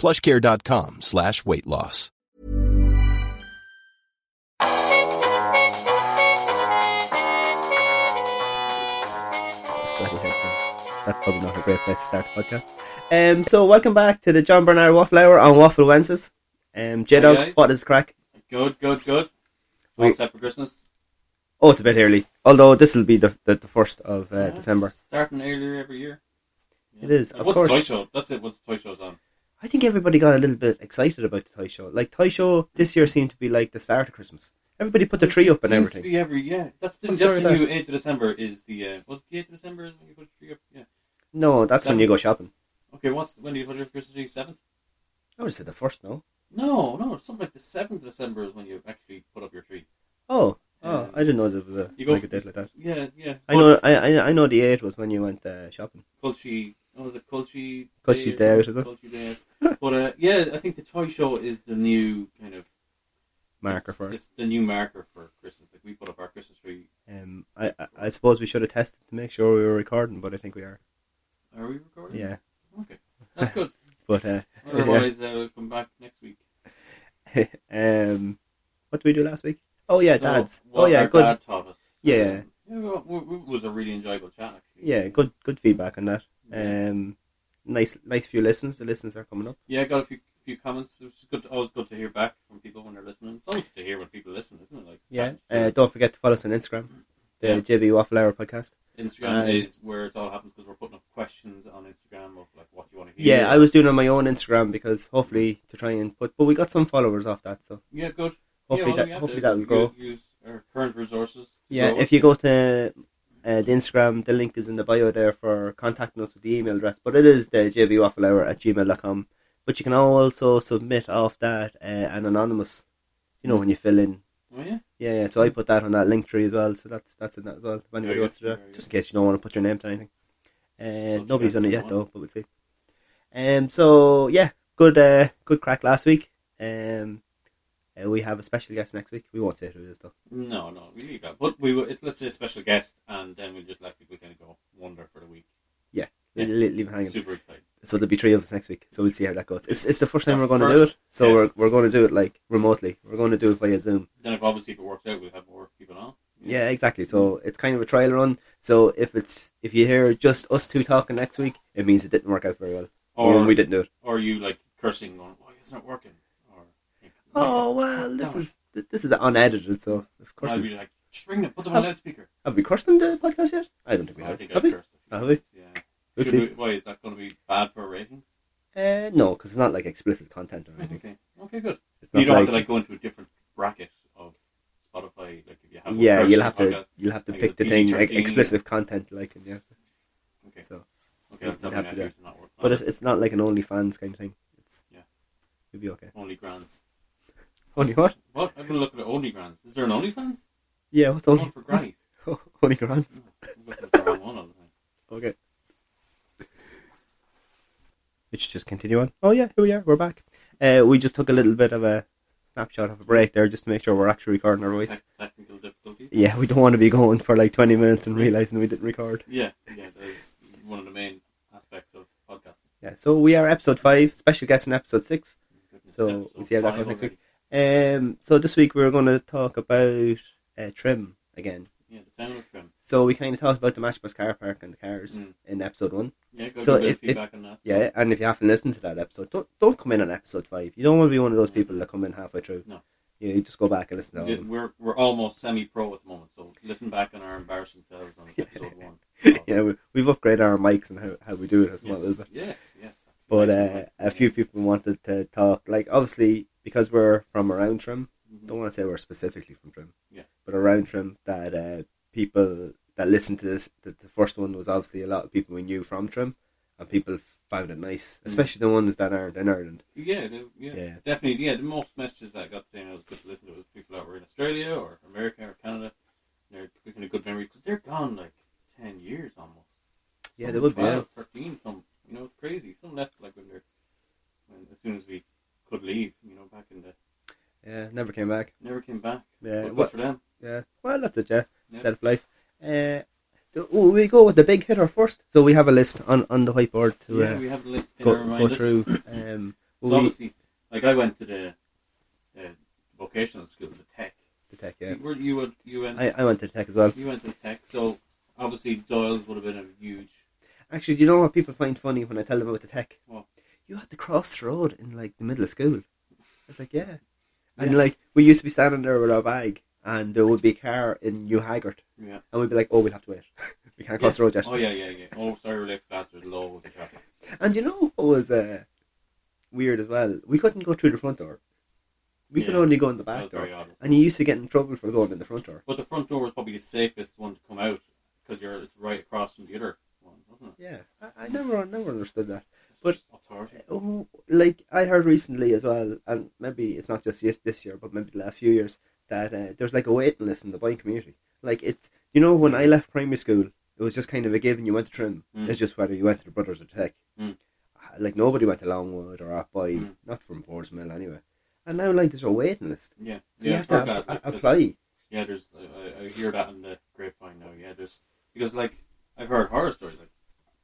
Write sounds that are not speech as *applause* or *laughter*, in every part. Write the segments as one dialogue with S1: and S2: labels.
S1: plushcare.com slash weight loss.
S2: Slightly helpful. That's probably not a great place to start a podcast. Um, so welcome back to the John Bernard Waffle Hour on Waffle Wednesdays. Um, J
S3: Hi,
S2: Dog,
S3: guys.
S2: what is crack?
S3: Good, good, good.
S2: We-
S3: One step for Christmas.
S2: Oh, it's a bit early. Although this will be the the, the first of uh, December.
S3: Starting earlier every year.
S2: It is,
S3: And
S2: of
S3: what's
S2: course.
S3: the toy show? That's it. What's the toy show's on?
S2: I think everybody got a little bit excited about the toy show. Like toy show this year seemed to be like the start of Christmas. Everybody put the tree up and
S3: Seems
S2: everything. Oh,
S3: To be every yeah. That's the,
S2: What's
S3: that's
S2: the
S3: the
S2: other
S3: new eighth of December is the uh, was it the eighth of December is when you put the tree up? Yeah.
S2: No, that's when
S3: Seven.
S2: you go shopping.
S3: Okay. What's when do you put your Christmas tree? Seventh?
S2: I would say the first, no.
S3: No, no. It's something like the seventh of December is when you actually put up your tree.
S2: Oh, oh,
S3: Um,
S2: I didn't know there was a,
S3: you go
S2: like a
S3: f-
S2: date like that.
S3: Yeah, yeah.
S2: I know, I, I, I know the eight was when you went uh, shopping.
S3: Culchy. What was it? Culchy.
S2: Culchy's Day
S3: Day
S2: Out, is it?
S3: Culchy Day Out. But uh, yeah, I think the toy show is the new kind of
S2: Marker
S3: it's-
S2: for it.
S3: It's the new marker for Christmas. Like we put up our Christmas tree.
S2: Um, I, I, I suppose we should have tested to make sure we were recording, but I think we are.
S3: Are we recording?
S2: Yeah,
S3: Okay.
S2: *laughs*
S3: That's good.
S2: but uh, yeah.
S3: Otherwise, uh, we'll come back next week.
S2: um, what did we do last week? Oh yeah,
S3: So,
S2: dads.
S3: what
S2: Oh yeah,
S3: our
S2: good.
S3: Dad taught us.
S2: Yeah.
S3: Um, yeah, well, it was a really enjoyable chat. Actually.
S2: Yeah, good, good feedback on that.
S3: Yeah.
S2: Um, nice, nice few listens. The listens are coming up.
S3: Yeah, I got a few few comments. It was good. always good to hear back from people when they're listening. It's always good to hear when people listen, isn't it? Like
S2: Yeah. Uh,
S3: that's-
S2: don't forget to follow us on Instagram, the
S3: Yeah.
S2: JB Waffle Hour podcast.
S3: Instagram
S2: and-
S3: is where it all happens because we're putting up questions on Instagram of like what you want to hear.
S2: Yeah, I was doing it on my own Instagram because hopefully to try and put, but we got some followers off that. So
S3: Yeah, good.
S2: hopefully
S3: yeah, well, we
S2: that,
S3: have
S2: hopefully
S3: to
S2: that will grow.
S3: Use, use our current resources. to
S2: Yeah,
S3: grow
S2: if
S3: it.
S2: you go to uh, the Instagram, the link is in the bio there for contacting us with the email address, but it is the jbwafflehour at gmail.com. But you can also submit off that uh, an anonymous, you know, when you fill in.
S3: Oh, yeah.
S2: Yeah, yeah, so I put that on that link tree as well, so that's that's in that as well, if anybody
S3: Very
S2: wants to
S3: good,
S2: do that,
S3: very
S2: just in
S3: good.
S2: case you don't want to put your name to anything. Uh,
S3: Something
S2: nobody's done it yet
S3: like that.
S2: though, but we'll see. Um, so, yeah, good uh, good crack last week. Um, uh, we have a special guest next week. We won't say who it is though.
S3: No, no, we leave that. But we will, it, let's say a special guest, and then we'll just let people kind of go wander for the week.
S2: We'll
S3: Yeah.
S2: leave it hanging.
S3: Super excited.
S2: So there'll be three of us next week. So we'll see how that goes. It's, it's the first time
S3: Yeah,
S2: we're going to
S3: first.
S2: do it. So
S3: Yes.
S2: we're, we're going to do it like remotely. We're going to do it via Zoom.
S3: Then if obviously if it works out, we'll have more people on.
S2: Yeah, exactly. So it's kind of a trial run. So if it's if you hear just us two talking next week, it means it didn't work out very well, or,
S3: Or
S2: we didn't do it.
S3: or you like cursing, going, "Why isn't it working?" Or
S2: Oh well, this is this is unedited. So of course,
S3: I'd
S2: it's,
S3: be like, "Just ring them, put them on
S2: Have-
S3: loudspeaker."
S2: have we cursed in the podcast yet? I don't think we
S3: I
S2: have.
S3: think
S2: have
S3: I
S2: we?
S3: cursed. a few
S2: Have we?
S3: times, Yeah. Should
S2: Oopsies.
S3: we- Why is that going to be bad for ratings?
S2: Uh, no, because it's not like explicit content or anything.
S3: Okay. Okay. Good.
S2: It's not
S3: Mm-hmm. You don't
S2: like,
S3: have to like go into a different bracket of Spotify. Like if you have. a
S2: yeah,
S3: curse
S2: you'll
S3: on
S2: have
S3: the
S2: to
S3: podcast.
S2: you'll have to
S3: like
S2: pick
S3: the
S2: the thing like
S3: PG-13.
S2: explicit content like and yeah.
S3: Okay.
S2: So.
S3: Okay.
S2: you
S3: I'll tell
S2: have
S3: my
S2: to
S3: nephew
S2: do it.
S3: to not work on
S2: But
S3: it.
S2: it's, it's not like an OnlyFans kind of thing. It's
S3: Yeah.
S2: you'll be okay. *laughs*
S3: only grands.
S2: Only what?
S3: What? I'm gonna look at only grands. Is there an OnlyFans?
S2: Yeah, what's
S3: One
S2: only
S3: for
S2: what's- *laughs*
S3: grannies.
S2: oh, only grants?
S3: I'm looking for the wrong one all the time.
S2: Okay. Let's just continue on. Oh yeah, here we are. We're back. Uh, we just took a little bit of a snapshot of a break there, just to make sure we're actually recording our voice.
S3: Tec- Technical difficulties.
S2: Yeah, we don't want to be going for like twenty minutes and realizing we didn't record.
S3: Yeah, yeah, that is one of the main aspects of podcasting.
S2: Yeah, so we are episode five. Special guest in episode six.
S3: Goodness,
S2: So,
S3: episode
S2: we'll see how that
S3: five
S2: goes next
S3: already.
S2: Um, so this week we're going to talk about uh, trim again.
S3: Yeah, the town of Trim.
S2: So we kind of talked about the Matchbox car park and the cars
S3: Mm.
S2: in episode one.
S3: Yeah, go
S2: So
S3: give a bit
S2: if-
S3: of feedback on that.
S2: Yeah, and if you haven't listened to that episode, don't don't come in on episode five. You don't want to be one of those people that come in halfway through.
S3: No.
S2: You, you just go back and listen to all
S3: Yeah,
S2: of them.
S3: We're, we're almost semi pro at the moment, so listen back on our embarrassing selves
S2: *laughs*
S3: on episode one.
S2: Yeah, we, we've upgraded our mics and how, how we do it as well. a
S3: yes,
S2: little bit.
S3: yes, yes.
S2: But uh,
S3: Nice
S2: a few people wanted to talk, like obviously because we're from around Trim.
S3: Mhm.
S2: Don't want to say we're specifically from Trim,
S3: Yeah.
S2: but around Trim that uh, people that listened to this, that the first one was obviously a lot of people we knew from Trim, and people found it nice, especially the ones that aren't in Ireland.
S3: Yeah, the, Mm. yeah,
S2: Yeah.
S3: definitely. Yeah, the most messages that I got saying I was good to listen to was people that were in Australia or America or Canada. They're picking a good memory because they're gone like ten years almost.
S2: Yeah,
S3: Some
S2: they would be,
S3: 12, Thirteen, some. You know, it's crazy. Some left like when they're when as soon as we could leave. You know, back in the
S2: Yeah, never came back.
S3: never came back.
S2: Yeah,
S3: But good
S2: what-
S3: for them.
S2: Yeah, well that's it. Yeah,
S3: Yeah.
S2: set of life. Uh, do- ooh, we go with the big hitter first. So we have a list on on the whiteboard to
S3: yeah,
S2: uh,
S3: we have a list. in our
S2: go, go
S3: reminders. *laughs*
S2: through. Um,
S3: So
S2: we,
S3: obviously, like I went to the uh, vocational school, the tech.
S2: the tech. Yeah,
S3: You, were, you went. You went.
S2: I, I went to the tech as well.
S3: You went to tech, so obviously Doyle's would have been a huge.
S2: Actually, do you know what people find funny when I tell them about the tech?
S3: What?
S2: You had to cross the road in like the middle of school. It's like, yeah. And
S3: Yeah.
S2: like, we used to be standing there with our bag, and there would be a car in New Haggart,
S3: Yeah.
S2: and we'd be like, oh, we'll have to wait. *laughs* we can't cross the road yet.
S3: Oh yeah, yeah, yeah. Oh, sorry, we're late for class. There's loads of traffic.
S2: And you know what was uh, weird as well? We couldn't go through the front door. We could
S3: Yeah.
S2: only go in the
S3: That
S2: back
S3: was
S2: door.
S3: very odd.
S2: And you used to get in trouble for going in the front door.
S3: But the front door was probably the safest one to come out because you're it's right across from the other one, wasn't it?
S2: Yeah, I, I never, I never understood that. But-
S3: Just authority.
S2: Oh, like I heard recently as well, and maybe it's not just this this year, but maybe the last few years that uh, there's like a waiting list in the buying community. Like it's you know when I left primary school, it was just kind of a given. You went to Trim.
S3: Mm.
S2: It's just whether you went to the Brothers or Tech.
S3: Mm.
S2: Uh, Like nobody went to Longwood or up by
S3: Mm.
S2: not from Portsmill anyway. And now like there's a waiting list,
S3: Yeah.
S2: so
S3: yeah.
S2: you have to
S3: Park
S2: a-
S3: Adler,
S2: a-
S3: because-
S2: apply.
S3: Yeah, there's. I, I- I hear that in the grapevine now. Yeah, there's because like I've heard horror stories. Like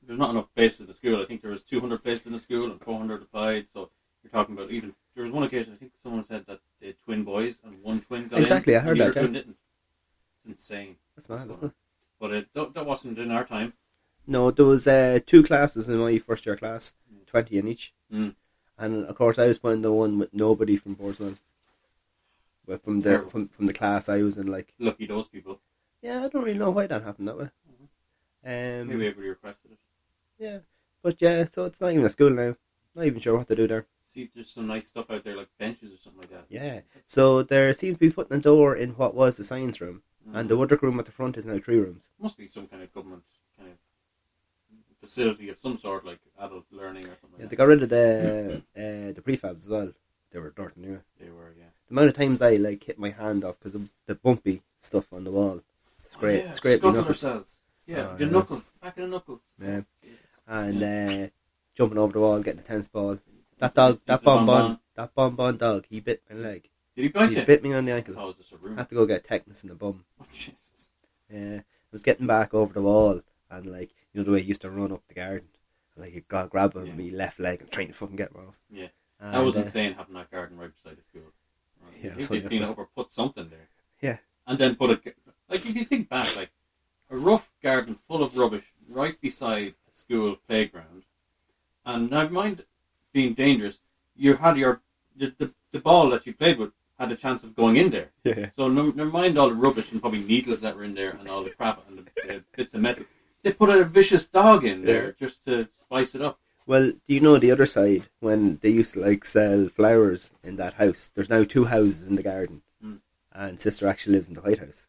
S3: there's not enough places in the school. I think there was 200 places in the school and 400 applied. So you're talking about even there was one occasion. I think someone said that they had twin boys and one twin got
S2: Exactly, I
S3: in.
S2: heard
S3: and the
S2: that,
S3: other
S2: yeah.
S3: Twin didn't. It's insane.
S2: That's mad,
S3: What's
S2: isn't
S3: going
S2: it?
S3: on. But it, that, that wasn't in our time.
S2: No, there was uh, two classes in my first year class, twenty in each,
S3: Mm.
S2: and of course I was playing the one with nobody from Portsmouth, but from the
S3: Terrible.
S2: from, from the class I was in. Like,
S3: Lucky those people.
S2: yeah, I don't really know why that happened that way. Um,
S3: Maybe everybody requested it.
S2: yeah, but yeah, so it's not even a school now. Not even sure what to do there.
S3: See, if there's some nice stuff out there like benches or something like that.
S2: Yeah, so there seems to be putting a door in what was the science room,
S3: Mm.
S2: and uh, the woodwork room at the front is now three rooms.
S3: must be some kind of government kind of facility of some sort, like adult learning or something.
S2: Yeah,
S3: like
S2: they
S3: that.
S2: got rid of the uh, the prefabs as well. They were dirt anyway.
S3: They were, yeah.
S2: the amount of times I like hit my hand off because of the bumpy stuff on the wall. It's great.
S3: Oh, yeah,
S2: it's great. my
S3: scuttle
S2: knuckles.
S3: ourselves. Yeah,
S2: Oh,
S3: your
S2: yeah.
S3: knuckles, back of the knuckles.
S2: Yeah.
S3: Jesus.
S2: And
S3: Yeah.
S2: uh, jumping over the wall, getting the tennis ball. That dog,
S3: Into
S2: that
S3: the
S2: bonbon, that bonbon dog, he bit my leg.
S3: Did he bite
S2: He
S3: you? Oh.
S2: bit me on the
S3: I thought
S2: ankle.
S3: it was just a
S2: I
S3: room.
S2: had to go get tetanus in the bum.
S3: *laughs* Oh, Jesus.
S2: Yeah, I was getting back over the wall, and like you know the way he used to run up the garden, and, like he got grab him
S3: Yeah.
S2: me left leg and trying to fucking get him off.
S3: Yeah.
S2: and,
S3: That was
S2: uh,
S3: insane having that garden right beside the school. Right.
S2: Yeah,
S3: if
S2: that's what
S3: they'd
S2: I
S3: clean it
S2: said.
S3: up or put something there.
S2: Yeah.
S3: And then put a like if you think back, like a rough garden full of rubbish right beside a school playground, and now mind being dangerous, you had your the, the, the ball that you played with had a chance of going in there.
S2: Yeah.
S3: So no, never mind all the rubbish and probably needles that were in there and all the crap and the, the bits of metal. They put a vicious dog in there just to spice it up.
S2: Well, do you know the other side when they used to like sell flowers in that house? There's now two houses in the garden,
S3: Mm.
S2: and sister actually lives in the White House.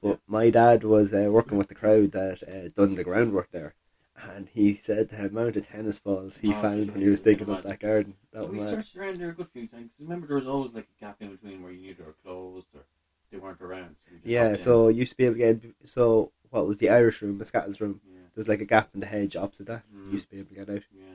S2: But my dad was uh, working with the crowd that uh, done the groundwork there, and he said the amount of tennis balls he
S3: Oh,
S2: found when he
S3: Jesus,
S2: was digging up
S3: imagine.
S2: that garden.
S3: Well,
S2: That
S3: we
S2: was mad.
S3: searched around there a good few times. 'cause Remember, there was always like a gap in between where you knew they were closed or they weren't around. so you just
S2: yeah.
S3: hopped in.
S2: So you used to be able to get so what was the Irish room, the Scots room?
S3: Yeah,
S2: There's like a gap in the hedge opposite that.
S3: Mm.
S2: You used to be able to get out.
S3: yeah,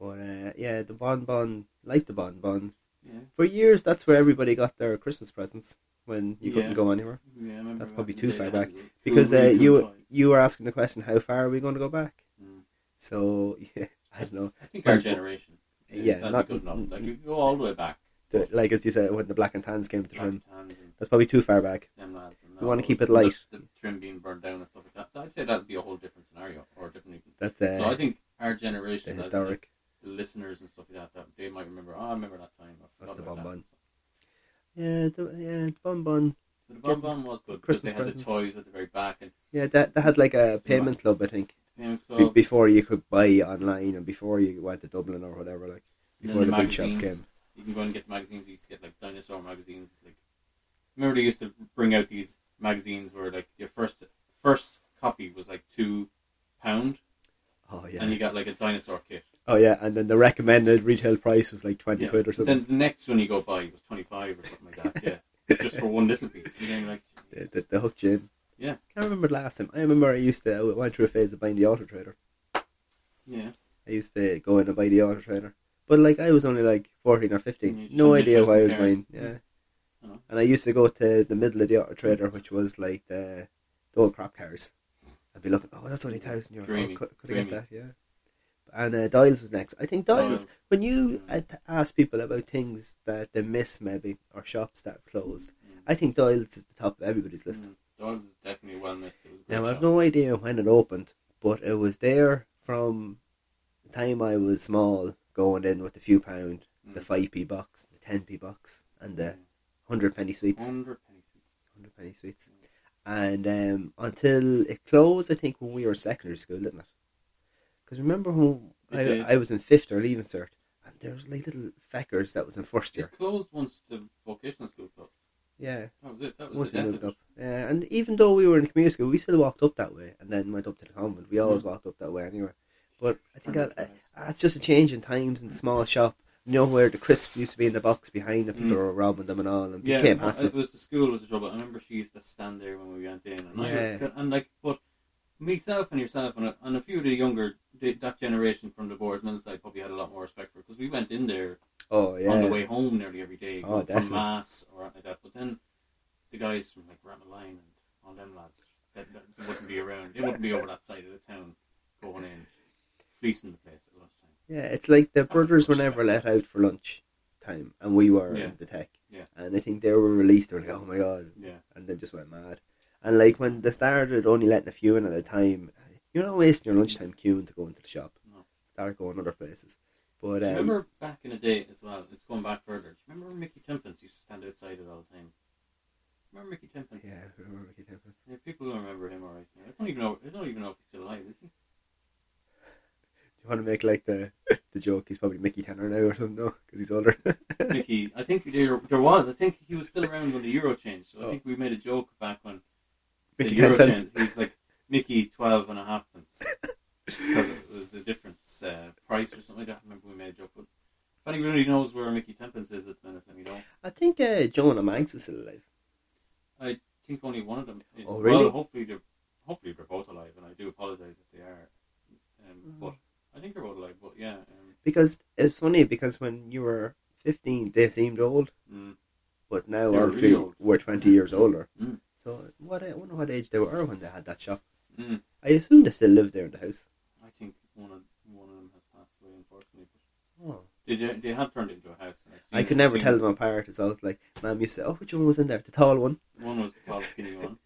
S2: But uh, yeah, the bonbon, like the bonbon,
S3: yeah.
S2: For years, that's where everybody got their Christmas presents when you couldn't
S3: Yeah.
S2: go anywhere.
S3: yeah I remember
S2: That's
S3: back
S2: probably
S3: in
S2: too
S3: the day
S2: far
S3: they
S2: back
S3: had little-
S2: because
S3: Who
S2: uh,
S3: really
S2: you
S3: couldn't
S2: you were asking the question, how far are we going to go back?
S3: find. Mm.
S2: So *laughs* yeah, I don't know.
S3: I think our
S2: Well,
S3: generation.
S2: yeah,
S3: that'd
S2: not-
S3: be good enough. Like you could go all the way back.
S2: The- like as you said, when the black and tans came to
S3: Black
S2: trim,
S3: Tans and
S2: that's probably too far back.
S3: them lads and
S2: You wanna
S3: all
S2: keep
S3: those-
S2: it light.
S3: The, the trim being burned down and stuff I'd say that'd be a whole different scenario or a different. Even.
S2: That's uh,
S3: so I think our
S2: the
S3: generation, as the
S2: historic.
S3: listeners and stuff like that, that they might remember. Oh, I remember that time. I forgot
S2: That's the
S3: about
S2: bonbon.
S3: That.
S2: Yeah, the, yeah, the bonbon.
S3: So the bonbon was good because they
S2: Christmas
S3: had
S2: presents.
S3: the toys at the very back and
S2: Yeah, that, that had like a payment club, I think,
S3: and
S2: be-
S3: so
S2: before you could buy online and before you went to Dublin or whatever, like
S3: And
S2: before
S3: then
S2: the,
S3: the
S2: big shops
S3: magazines.
S2: came.
S3: you can go and get magazines. You used to get like dinosaur magazines. Like remember they used to bring out these magazines where like your first first copy was like two pound
S2: Oh yeah,
S3: and you got like a dinosaur kit.
S2: oh yeah, and then the recommended retail price was like twenty
S3: Yeah.
S2: quid or something.
S3: Then the next one you go buy was twenty five or something like that.
S2: *laughs*
S3: Yeah, just for one little piece. You know, like
S2: The,
S3: Jesus.
S2: the, the hook gin.
S3: Yeah.
S2: can't remember the last time. I remember I used to I went through a phase of buying the auto trader.
S3: yeah.
S2: I used to go in and buy the auto trader, but like I was only like fourteen or
S3: And you
S2: fifteen.
S3: just
S2: No
S3: had an
S2: idea
S3: interest
S2: why I
S3: in
S2: was
S3: cars.
S2: buying. Yeah,
S3: I know.
S2: and I used to go to the middle of the auto trader, which was like the, the old crop cars. I'd be looking, oh, that's only thousand euro. Oh,
S3: Dreamy,
S2: could, could I get
S3: dreamy.
S2: that? Yeah. And uh, Dials was next. I think Dials.
S3: Dials.
S2: When you
S3: Mm.
S2: uh, t- ask people about things that they miss, maybe or shops that have closed, I think Dials is the top of everybody's list.
S3: Mm. Dogs is definitely well mixed. It was a great
S2: Now I've
S3: shop.
S2: no idea when it opened, but it was there from the time I was small, going in with the few pound, the uh,
S3: Mm.
S2: five p box, the ten p box, and the hundred penny sweets,
S3: Hundred pennies.
S2: hundred penny sweets, and um, until it closed, I think when we were in secondary school, didn't it? Because remember when
S3: It did.
S2: I, I was in fifth or leaving cert, and there was like little feckers that was in first year.
S3: It closed once the vocational school closed.
S2: Yeah,
S3: That was it. That was
S2: once
S3: the
S2: we
S3: end
S2: moved
S3: of it.
S2: up. Yeah, and even though we were in community school, we still walked up that way and then went up to the convent. We
S3: Mm.
S2: always walked up that way anyway. But I think I, I, it's just a change in times in the small shop. You know where the crisps used to be in the box behind, and people
S3: Mm.
S2: were robbing them and all, and
S3: Yeah, uh,
S2: became
S3: well,
S2: hassle.
S3: it was the school was the trouble. I remember she used to stand there when we went in, and I
S2: Yeah.
S3: would, and like, but myself and yourself and a, and a few of the younger the, that generation from the boardsmen side probably had a lot more respect for because we went in there
S2: Oh yeah,
S3: on the way home nearly every day
S2: Oh,
S3: going from
S2: definitely.
S3: mass or anything like that. But then the guys from like Rameline and all them lads that, that wouldn't be around. They wouldn't be over that side of the town going in, fleecing the place at lunchtime.
S2: yeah. It's like the brothers were never let out for lunch time, and we were
S3: Yeah.
S2: in the tech.
S3: Yeah.
S2: And I think they were released. They were like, "Oh my god!"
S3: Yeah,
S2: and they just went mad. And like when they started only letting a few in at a time, you're not wasting your lunchtime queuing to go into the shop.
S3: no.
S2: start going other places. But
S3: Do you
S2: um,
S3: remember back in the day as well? It's going back further. Do you remember when Mickey Timpins used to stand outside it all the time? Remember Mickey Timpins?
S2: yeah, I remember Mickey Tempest.
S3: Yeah, people don't remember him, alright. I don't even know. I don't even know if he's still alive, is he?
S2: Do you want to make like the the joke? He's probably Mickey Tanner now or something, no? Because he's older. *laughs*
S3: Mickey, I think there there was. I think he was still around when the euro changed. So
S2: Oh.
S3: I think we made a joke back when
S2: Mickey
S3: the euro
S2: ten cents.
S3: changed. He was like Mickey twelve and a half pence because it was the difference uh, price or something. like that. I remember we made a joke. But if anybody knows where Mickey Timpins is at the minute, let me know.
S2: *laughs* I think uh, Jonah Manx is still alive.
S3: I think only one of them. Is,
S2: Oh, really?
S3: Well, hopefully they're hopefully they're both alive, and I do apologize if they are. Um, But I think they're both alive. But yeah, um,
S2: Because it's funny because when you were fifteen, they seemed old,
S3: mm,
S2: but now
S3: They were
S2: obviously
S3: really old.
S2: we're twenty years older.
S3: Mm.
S2: So what? I wonder what age they were when they had that shop.
S3: mm,
S2: I assume they still live there in the house.
S3: I think one of one of them has passed away, unfortunately. But
S2: Oh.
S3: they do- they have turned into a house. and I've
S2: I
S3: seen-
S2: could
S3: I've
S2: never
S3: seen
S2: tell them apart. It's always like, "Mom, you say, oh, which one was in there? The tall one."
S3: One was the tall, skinny
S2: *laughs*
S3: one.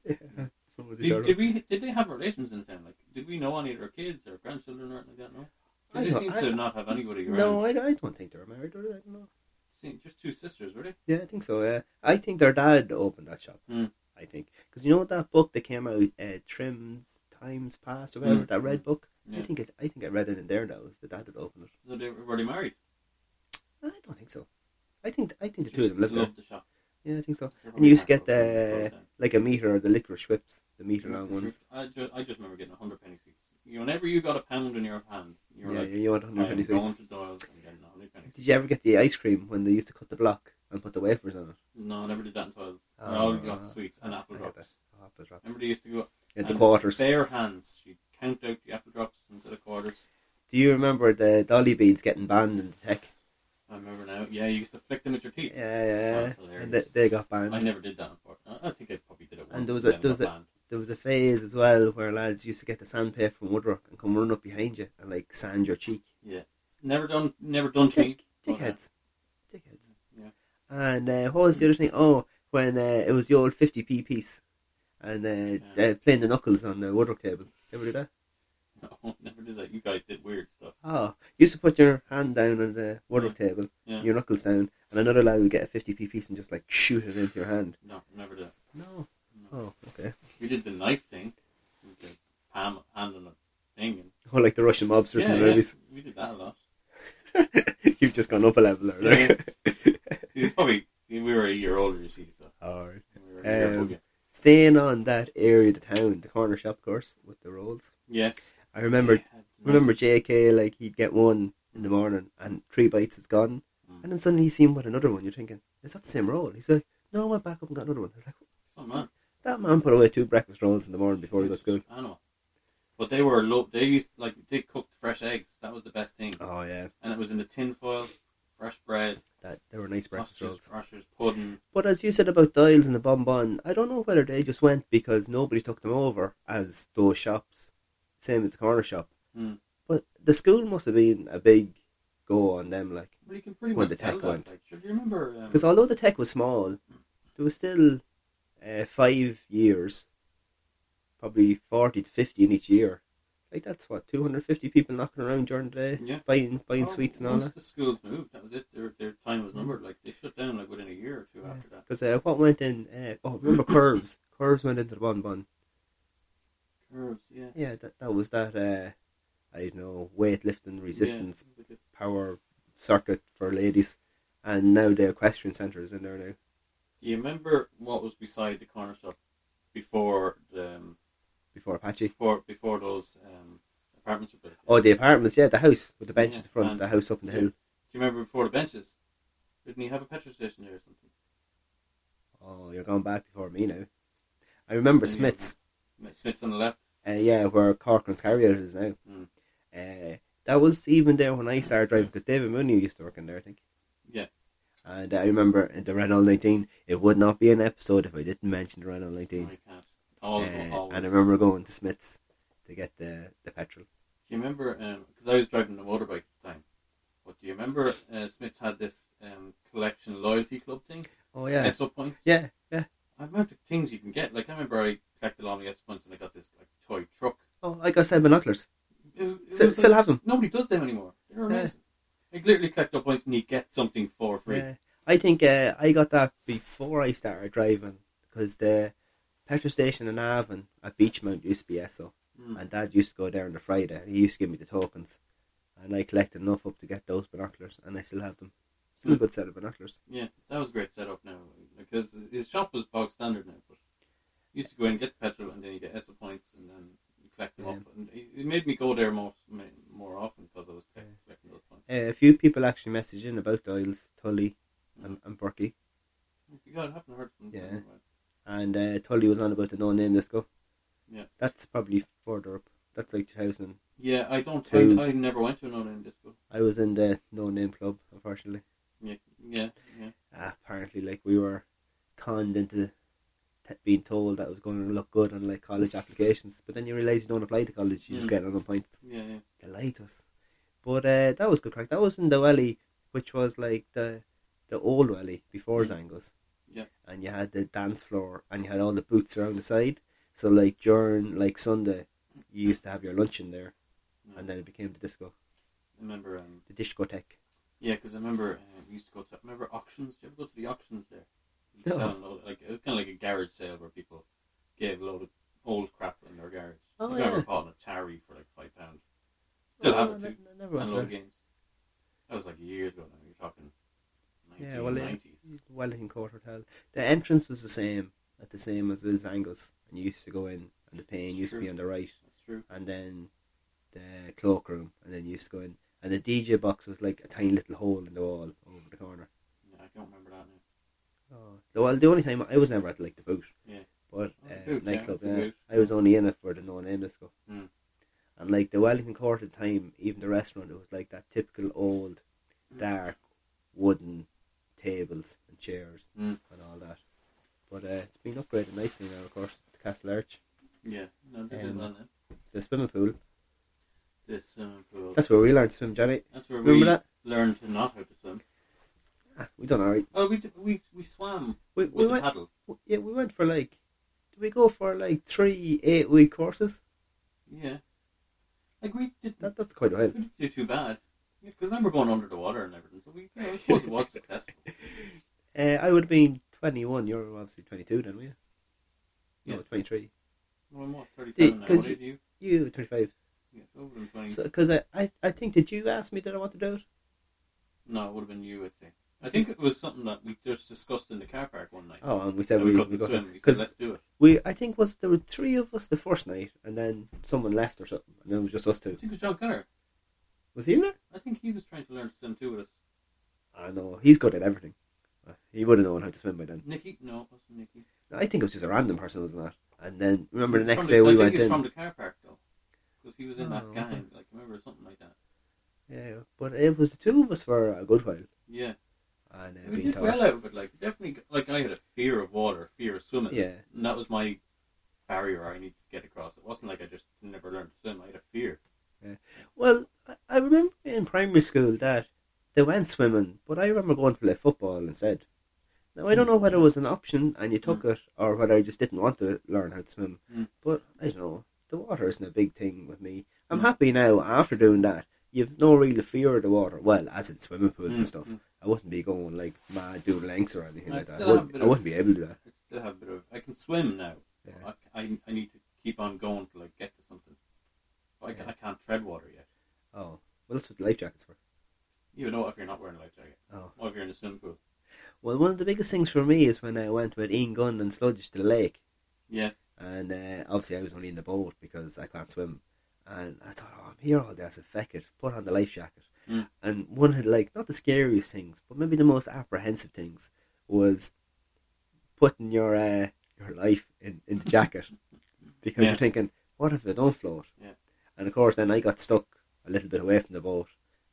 S2: One was the short
S3: Did,
S2: one.
S3: did we? Did they have relations in town? Like, did we know any of their kids or grandchildren or anything like that? No. 'Cause
S2: I
S3: They
S2: don't-
S3: seem
S2: I-
S3: to not have anybody around.
S2: No, I, I don't think they were married. Were they? I don't know.
S3: Seem- just two sisters, were they?
S2: Yeah, I think so. Yeah, I think their dad opened that shop.
S3: Hmm.
S2: I think because you know that book that came out, uh, Trim's Times Past or whatever
S3: Hmm.
S2: that red book. I
S3: Yeah.
S2: think it, I think I read it in there. Now is the dad that opened it.
S3: So they were they married?
S2: I don't think so. I think I think the two of them lived there.
S3: loved the shop.
S2: Yeah, I think so.
S3: They're
S2: And you used to get
S3: probably back up in
S2: the
S3: town.
S2: like a meter or the licorice whips, the meter long ones.
S3: I just, I just remember getting a hundred penny sweets. You know, whenever you got a pound in your hand, you were
S2: Yeah,
S3: like,
S2: yeah, you want
S3: I'm
S2: hundred penny sweets.
S3: going to Doyle's and getting a hundred penny.
S2: Did you ever get the ice cream when they used to cut the block and put the wafers on it?
S3: No, I never did that in Doyle's. I always
S2: Oh,
S3: got sweets and apple
S2: I got
S3: drops.
S2: that. Oh, apple drops.
S3: Remember they used to go
S2: Yeah, the
S3: and
S2: quarters.
S3: Bare hands. She'd count out the apple drops into the quarters.
S2: Do you remember the dolly beads getting banned in the tech?
S3: I remember now. Yeah, you used to flick them with your teeth.
S2: Yeah, yeah.
S3: That's
S2: And they,
S3: hilarious.
S2: they got
S3: I
S2: banned.
S3: never did that. Unfortunately, I I think I probably did it once.
S2: And there was a-
S3: then
S2: there was
S3: got
S2: a-
S3: banned.
S2: There was a phase as well where lads used to get the sandpaper from Woodrock and come run up behind you and like sand your cheek.
S3: never done, never done to me.
S2: Dick, dickheads, dickheads.
S3: Yeah.
S2: And uh, what was the other thing? Oh, when uh, it was the old fifty p piece, and uh, uh, playing the knuckles on the woodwork table. Ever do that?
S3: *laughs* No, never did that. You guys did weird stuff.
S2: Oh, you used to put your hand down on the woodwork table,
S3: Yeah.
S2: your knuckles down, and another lad would get a 50p piece and just like shoot it into your hand.
S3: No, never did.
S2: No. Oh, okay.
S3: We did the knife thing. We did palm hand on a thing. And,
S2: Or like the Russian mobsters in the movies. *laughs*
S3: we did that a lot.
S2: You've just gone up a level there. like.
S3: See, it's probably see, we were a year older, you see, so
S2: *laughs* Alright.
S3: we were a year
S2: Um,
S3: bugger.
S2: Staying on that area of the town, the corner shop, of course, with the rolls.
S3: Yes,
S2: I remember
S3: we had the
S2: remember
S3: most-
S2: JK, like he'd get one in the morning and three bites is gone.
S3: Mm.
S2: And then suddenly you see him with another one. You're thinking, is that the same roll? He's like, no, I went back up and got another one. I was like,
S3: Oh man,
S2: that man put away two breakfast rolls in the morning before he got to school.
S3: I know. But they were low. They used like they cooked fresh eggs. That was the best thing,
S2: Oh, yeah.
S3: and it was in the tin foil, fresh bread,
S2: that They were nice breakfast
S3: sausages,
S2: rolls.
S3: crushers, pudding.
S2: But as you said about Dials and the Bonbon, I don't know whether they just went because nobody took them over as those shops, same as the corner shop.
S3: Hmm.
S2: But the school must have been a big go on them, like.
S3: Well, you can pretty
S2: When
S3: much
S2: the
S3: tell
S2: tech
S3: that,
S2: went.
S3: Like, should you remember? Um,
S2: Because although the tech was small, there was still uh, five years, probably 40 to 50 in each year. Like, that's what, 250 people knocking around during the day,
S3: Yeah.
S2: buying, buying
S3: oh,
S2: sweets and all
S3: once
S2: that.
S3: the schools moved, that was it. Their, their time was numbered. Like they shut down like within a year or two after that.
S2: Because uh, what went in, uh, oh, remember Curves? Curves went into the bonbon.
S3: Curves, yes.
S2: Yeah, that, that was that, uh, I don't know, weightlifting resistance
S3: Yeah.
S2: power circuit for ladies. And now the equestrian centre is in there now.
S3: Do you remember what was beside the corner shop before the um,
S2: Before Apache.
S3: before before those um, apartments were built?
S2: Oh, the apartments, yeah, the house with the bench
S3: Yeah,
S2: at the front,
S3: and-
S2: the house up in the
S3: yeah.
S2: hill.
S3: Do you remember before the benches? Didn't he have a petrol station there or something?
S2: Oh, you're going back before me now. I remember
S3: Yeah.
S2: Smith's,
S3: Smith's on the left.
S2: uh, yeah, where Corcoran's Carrier is now.
S3: Mm.
S2: Uh, that was even there when I started driving because David Mooney used to work in there, I think.
S3: Yeah.
S2: And I remember in the Renault 19, it would not be an episode if I didn't mention the Renault
S3: No,
S2: 19.
S3: I can't. Always,
S2: Uh,
S3: always.
S2: and I remember going to Smith's to get the, the petrol.
S3: Do you remember? Because I was driving the motorbike at the time. But do you remember uh, Smith's had this um, collection loyalty club thing?
S2: Oh, yeah.
S3: SO points.
S2: Yeah, yeah.
S3: I amount of things you can get. Like I remember I collected all my SO points and I got this like toy truck.
S2: Oh, I got seven binoculars.
S3: It- it
S2: Still,
S3: was
S2: still
S3: like-
S2: have them.
S3: Nobody does them anymore. They're
S2: Yeah.
S3: amazing. Like literally collect up points and you get something for free.
S2: Yeah. I think uh, I got that before I started driving because the petrol station in Avon at Beachmount used to be SO.
S3: Mm.
S2: And Dad used to go there on the Friday. He used to give me the tokens, and I collected enough up to get those binoculars, and I still have them. Still a
S3: Hmm.
S2: good set of binoculars.
S3: Yeah, that was a great setup now because his shop was bog standard now. But you used to go in and get petrol and then you get extra points and then you collect them
S2: Yeah.
S3: up. And it it made me go there more ma- more often because I was collect- collecting those points.
S2: Uh, a few people actually messaged in about Doyle's, Tully, and, and Burkey,
S3: You got, I haven't heard from
S2: Yeah.
S3: them.
S2: and uh, Tully was on about the no name disco.
S3: Yeah.
S2: that's probably further up. That's like 2000.
S3: Yeah, I don't.
S2: Two.
S3: I, I never went to an in disco.
S2: I was in the no name club, unfortunately.
S3: Yeah, yeah, yeah.
S2: Ah, apparently, like we were conned into t- being told that it was going to look good on like college applications, but then you realise you don't apply to college; you just
S3: Hmm.
S2: get on the points.
S3: Yeah, yeah.
S2: They lied to us. But uh, that was good crack. That was in the Welly, which was like the the old Welly before Zangos.
S3: Yeah.
S2: And you had the dance floor and you had all the booths around the side. So like during like Sunday, you used to have your luncheon there, and then it became the disco,
S3: I remember. Um,
S2: the discotheque.
S3: yeah, because I remember uh, we used to go to. Remember auctions? Do you ever go to the auctions there?
S2: No.
S3: Selling load- like it was kind of like a garage sale where people gave a load of old crap in their garage.
S2: Oh,
S3: like I remember
S2: yeah.
S3: bought an Atari for like five pounds. Still have
S2: Oh,
S3: it
S2: ne-
S3: too.
S2: ne- never
S3: And a load
S2: went
S3: of
S2: to
S3: games. That was like years ago now. You're talking.
S2: that. Yeah, well, it,
S3: 1990s.
S2: Wellington Court Hotel. The entrance was the same, at the same as the Zangos, and you used to go in, and the pane used to be
S3: True.
S2: on the right.
S3: That's true.
S2: and then the cloakroom, and then you used to go in. And the DJ box was like a tiny little hole in the wall over the corner.
S3: Yeah, I can't remember that now.
S2: Oh. Well, the only time I was never at like the boot,
S3: Yeah.
S2: but
S3: Oh, the
S2: uh,
S3: boot, yeah,
S2: nightclub.
S3: the
S2: Yeah,
S3: boot.
S2: I was only in it for the no name disco.
S3: Mm.
S2: And like the Wellington Court at the time, even the restaurant, it was like that typical old,
S3: Mm. Hmm.
S2: dark, wooden tables and chairs
S3: Mm.
S2: and all that. But uh, it's been upgraded nicely now, of course, to Castle Arch,
S3: Yeah. No, they
S2: Um,
S3: did that now.
S2: the swimming pool.
S3: This swimming pool.
S2: That's where we learned to swim, Johnny.
S3: That's where
S2: remember
S3: we
S2: that?
S3: learned to not how to swim.
S2: Ah, we done alright.
S3: Oh, we d- we we swam
S2: We,
S3: with
S2: we
S3: the
S2: went
S3: paddles.
S2: Yeah, we went for like. Did we go for like three eight week courses.
S3: Yeah. Like we did
S2: That, that's quite right.
S3: we didn't do too bad. Because then we're going under the water and everything, so we you know, I
S2: *laughs*
S3: suppose it was successful.
S2: Uh, I would have been 21. You're obviously 22 then, were you? No,
S3: Yeah.
S2: 23.
S3: Well, I'm what, 37 now,
S2: Because
S3: what did you?
S2: You were 25.
S3: Yeah, so it would have been
S2: So, because I, I, I think, did you ask me, did I want to do it?
S3: No, it would have been you, I'd say. I think it was something that we just discussed in the car park one night.
S2: Oh, and we said
S3: That
S2: we,
S3: we
S2: we,
S3: couldn't swim. We said,
S2: Because
S3: let's do it.
S2: we, I think was there were three of us the first night, and then someone left or something, and then it was just us
S3: I
S2: two.
S3: think it was John Kenner.
S2: Was he in there?
S3: I think he was trying to learn to swim too with us.
S2: I know he's good at everything. Uh, He would have known how to swim by then.
S3: Nicky? No, it wasn't Nicky.
S2: I think it was just a random person, wasn't it? And then remember the
S3: From
S2: next day we
S3: I think
S2: went
S3: he was
S2: in.
S3: from the car park though. Because he was in
S2: Oh,
S3: that
S2: was
S3: gang. Like, remember something like that.
S2: Yeah, but it was the two of us for a good while,
S3: Yeah.
S2: and uh,
S3: we
S2: being
S3: did
S2: taught.
S3: well out of it. Like, definitely, like, I had a fear of water, fear of swimming.
S2: Yeah.
S3: And that was my barrier I needed to get across. It wasn't like I just never learned to swim. I had a fear.
S2: Well, I- I remember in primary school that they went swimming, but I remember going to play football instead. Now I don't know whether it was an option and you took
S3: Hmm.
S2: it, or whether I just didn't want to learn how to swim.
S3: Mm.
S2: But I don't know. The water isn't a big thing with me. I'm
S3: Hmm.
S2: happy now after doing that. You've no real fear of the water. Well, as in swimming pools and
S3: Mm,
S2: stuff.
S3: mm.
S2: I wouldn't be going like mad doing lengths or anything
S3: I
S2: like that. I
S3: still have a
S2: wouldn't,
S3: bit
S2: I
S3: of-
S2: wouldn't be able to do that.
S3: I still have a bit of. I can swim now.
S2: Yeah.
S3: but I, I, I need to keep on going to like get to something. But I, ca- I can't tread water yet.
S2: Oh, well, that's what the life jackets were.
S3: Even though if you're not wearing a life jacket,
S2: Oh.
S3: or if you're in a swimming pool.
S2: Well, one of the biggest things for me is when I went with Ian Gunn and Sludge to the lake.
S3: Yes.
S2: And uh, obviously, I was only in the boat because I can't swim. And I thought, oh, I'm here all day. I said, feck it, put on the life jacket.
S3: Mm.
S2: And one of, like, not the scariest things, but maybe the most apprehensive things was putting your uh, your life in, in the
S3: *laughs*
S2: jacket because
S3: Yeah.
S2: you're thinking, what if it don't float?
S3: Yeah.
S2: And of course, then I got stuck a little bit away from the boat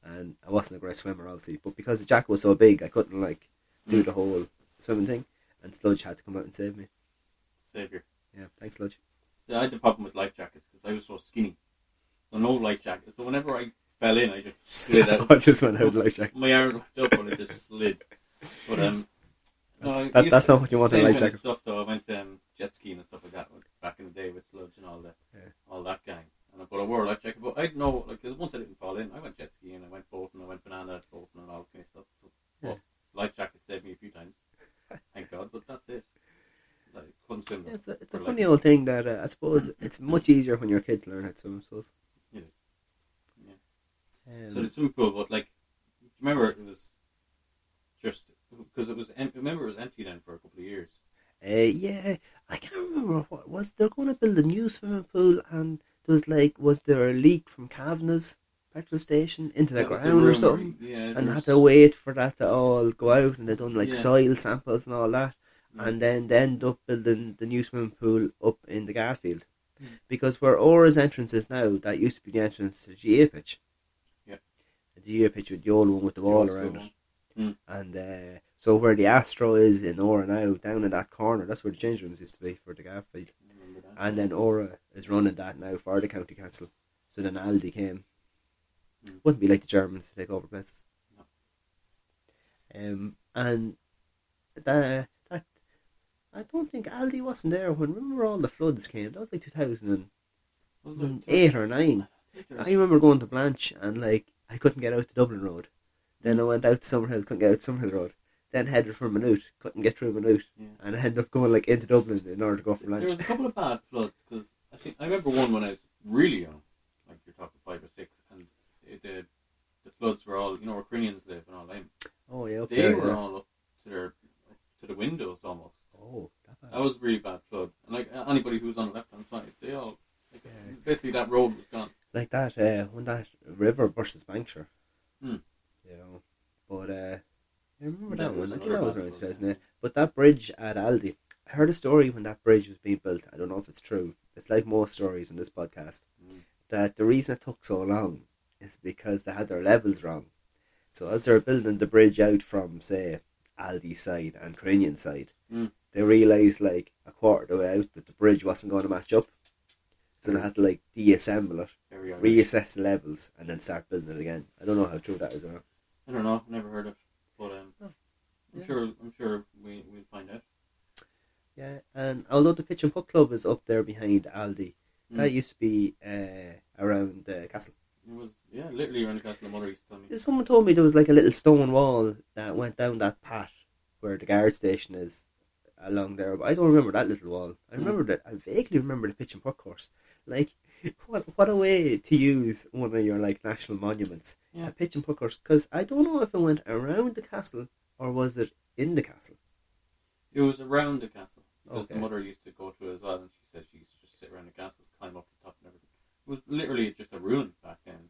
S2: and I wasn't a great swimmer, obviously. But because the jacket was so big, I couldn't, like, do
S3: Mm.
S2: the whole swimming thing. And Sludge had to come out and save me.
S3: Savior.
S2: Yeah, thanks, Sludge.
S3: See, I had the problem with life jackets because I was so skinny. So no life jacket. So whenever I fell in, I just slid
S2: *laughs*
S3: out.
S2: I just went out like that.
S3: My arm looked up and it just slid. But um, no,
S2: *laughs* That's-
S3: I
S2: that-
S3: used
S2: that's
S3: to-
S2: not what you want in a
S3: same
S2: life
S3: kind of
S2: jacket.
S3: Stuff though, I went um, jet skiing and stuff like that with- back in the day with sludge and all that,
S2: Yeah.
S3: all that gang. And I put a wore a life jacket, but I know like 'cause once I didn't fall in, I went jet skiing, I went boating, I went banana boating and all that kind of stuff. So, well, life jacket saved me a few times, thank God. But that's it. Like, couldn't swim. though.
S2: It's a, it's a
S3: Or,
S2: funny
S3: like,
S2: old thing that uh, I suppose it's much easier when you're a kid to learn how to swim. I suppose.
S3: it is. So the
S2: Um,
S3: swimming pool, but like, do you remember it was just because it was. em- Remember it was empty then for a couple of years.
S2: uh, yeah, I can't remember what was. They're going to build a new swimming pool, and there was like, was there a leak from Kavanagh's petrol station into the
S3: That was
S2: ground or
S3: rumour,
S2: something?
S3: Yeah,
S2: And had
S3: there was-
S2: to wait for that to all go out, and they done like
S3: Yeah.
S2: soil samples and all that,
S3: Mm.
S2: and then they end up building the new swimming pool up in the Garfield,
S3: Mm.
S2: because where Aura's entrance is now, that used to be the entrance to the GA pitch.
S3: Yep.
S2: The GA pitch with the old one with the wall
S3: There was
S2: around
S3: the
S2: it.
S3: one.
S2: And uh, so where the Astro is in Aura now, down in that corner, that's where the change rooms used to be for the Garfield.
S3: I remember that.
S2: And then Aura is running that now for the county council. So then Aldi came.
S3: Mm.
S2: Wouldn't be like the Germans to take over places.
S3: No.
S2: Um, and that, that I don't think Aldi wasn't there when remember all the floods came. That was like two thousand
S3: Was there-
S2: and eight or nine. I remember going to Blanche and like I couldn't get out to Dublin Road. Then I went out to Summerhill, couldn't get out to Summerhill Road. Then headed for Minute, couldn't get through Minute,
S3: Yeah.
S2: and I ended up going like into Dublin in order to go for
S3: There was a
S2: Blanche.
S3: couple of bad floods because I think I remember one when I was really young, like you're talking five or six, and it, the the floods were all you know where Ukrainians live and all them.
S2: Oh yeah, up
S3: They
S2: there.
S3: were
S2: yeah.
S3: all up to their up to the windows almost.
S2: Oh, that bad.
S3: That was a really bad flood, and like a- anybody who was on the left hand side, they all like,
S2: Yeah.
S3: basically that road was gone.
S2: like that uh, when that river bursts Bankshire.
S3: Hmm.
S2: You know, but uh, I remember
S3: That
S2: that
S3: was
S2: one. I think
S3: another
S2: that was
S3: bad
S2: around
S3: one,
S2: two
S3: yeah.
S2: thousand eight. But that bridge at Aldi, I heard a story when that bridge was being built. I don't know if it's true. It's like most stories in this podcast
S3: Mm.
S2: that the reason it took so long is because they had their levels wrong. So as they were building the bridge out from say Aldi side and Ukrainian side,
S3: Mm.
S2: they realised like a quarter of the way out that the bridge wasn't going to match up. So they had to like deassemble it
S3: There we are.
S2: reassess the levels and then start building it again. I don't know how true that is or not.
S3: I don't know, never heard of, it, but um,
S2: Oh,
S3: I'm
S2: yeah.
S3: sure I'm sure we we'll find out.
S2: Yeah, and although the Pitch and Puck Club is up there behind Aldi, that used to be uh, around the castle.
S3: It was yeah, literally around the castle of Mother used to tell me.
S2: Someone told me there was like a little stone wall that went down that path where the guard station is along there, but I don't remember that little wall. I remember that I vaguely remember the pitch and puck course. Like, *laughs* what what a way to use one of your like national monuments,
S3: Yeah.
S2: a pitch and puck course. Because I don't know if it went around the castle or was it in the castle.
S3: It was around the castle because
S2: Okay.
S3: the mother used to go to it as well, and she said she used to just sit around the castle, climb up the top, and everything. It was literally just a ruin back then.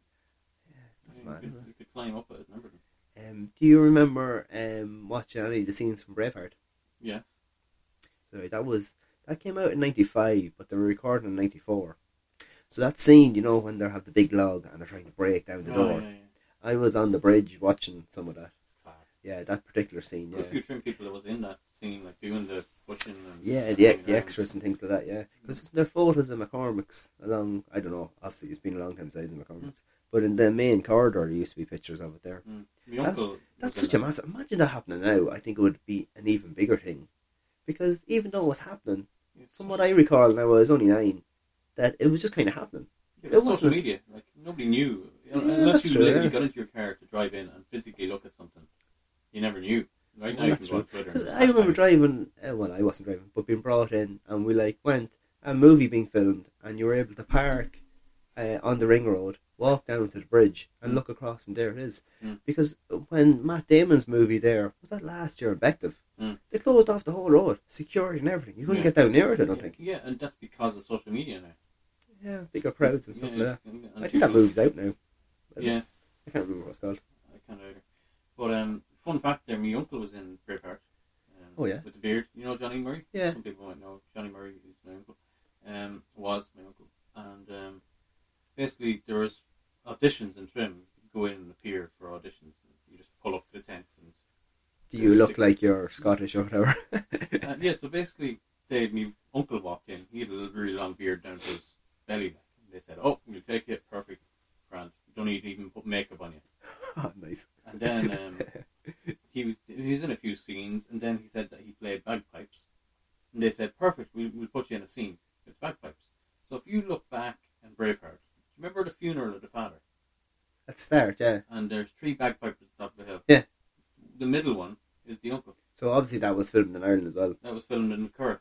S2: That's
S3: You
S2: mad.
S3: could, you could climb up it and everything.
S2: Um, do you remember um, watching any of the scenes from Braveheart?
S3: Yes.
S2: Sorry, that was that came out in '95, but they were recording in '94. So that scene, you know, when they have the big log and they're trying to break down the
S3: Oh,
S2: door.
S3: yeah, yeah.
S2: I was on the bridge watching some of that.
S3: Class.
S2: Yeah, that particular scene.
S3: There were a
S2: Yeah,
S3: few trim people that was in that scene, like doing the pushing and
S2: yeah, the,
S3: going
S2: the
S3: around.
S2: extras and things like that. Yeah, because there photos of McCormick's along. I don't know. Obviously, it's been a long time since I've been to McCormick's, but in the main corridor, there used to be pictures of it there.
S3: Mm. My
S2: That's-
S3: uncle. was
S2: That's
S3: in
S2: such a
S3: that.
S2: massive. Imagine that happening now. I think it would be an even bigger thing, because even though it was happening,
S3: It's
S2: from
S3: such-
S2: what I recall, and I was only nine, that it was just kind of happening.
S3: Yeah,
S2: It
S3: but social
S2: wasn't-
S3: media, like nobody knew
S2: Yeah,
S3: unless
S2: that's
S3: you
S2: true,
S3: literally
S2: yeah.
S3: got into your car to drive in and physically look at something. You never knew. Right now,
S2: Well,
S3: you
S2: that's
S3: can go on Twitter.
S2: Because
S3: and
S2: I remember
S3: hashtag-
S2: driving. Uh, well, I wasn't driving, but being brought in, and we like went a movie being filmed, and you were able to park uh, on the ring road, walk down to the bridge, and look across, and there it is.
S3: Mm.
S2: Because when Matt Damon's movie there was that last year in Bective,
S3: Mm.
S2: they closed off the whole road, security and everything. You couldn't
S3: Yeah.
S2: get down near it. I don't
S3: yeah,
S2: think.
S3: Yeah, and that's because of social media now.
S2: Yeah, bigger crowds and stuff
S3: yeah,
S2: like
S3: and- and
S2: that. I think that
S3: people-
S2: movie's out now. is it?
S3: Yeah,
S2: I can't remember what it's called.
S3: I can't either. But um, fun fact there, my uncle was in Braveheart. Um,
S2: Oh, yeah.
S3: With the beard, you know Johnny Murray.
S2: Yeah.
S3: Some people might know Johnny Murray is my uncle. Um, was my uncle, and um, basically there was auditions in Trim. You go in and appear for auditions. You just pull up to the tent and
S2: Do you look like you're Scottish or whatever? *laughs*
S3: uh, yeah, so basically, they my uncle walked in. He had a little really long beard down to his belly. And they said, "Oh, we'll take it, perfect, grand. Don't need to even put makeup on you."
S2: oh, nice.
S3: And then um, he was he's in a few scenes, and then he said that he played bagpipes, and they said, "Perfect, we'll, we'll put you in a scene with bagpipes." So if you look back in Braveheart, remember the funeral of the father,
S2: Let's start. Yeah.
S3: and there's three bagpipes at the top of the hill.
S2: Yeah.
S3: the middle one is the uncle
S2: So obviously that was filmed in Ireland as well.
S3: that was filmed in Curra.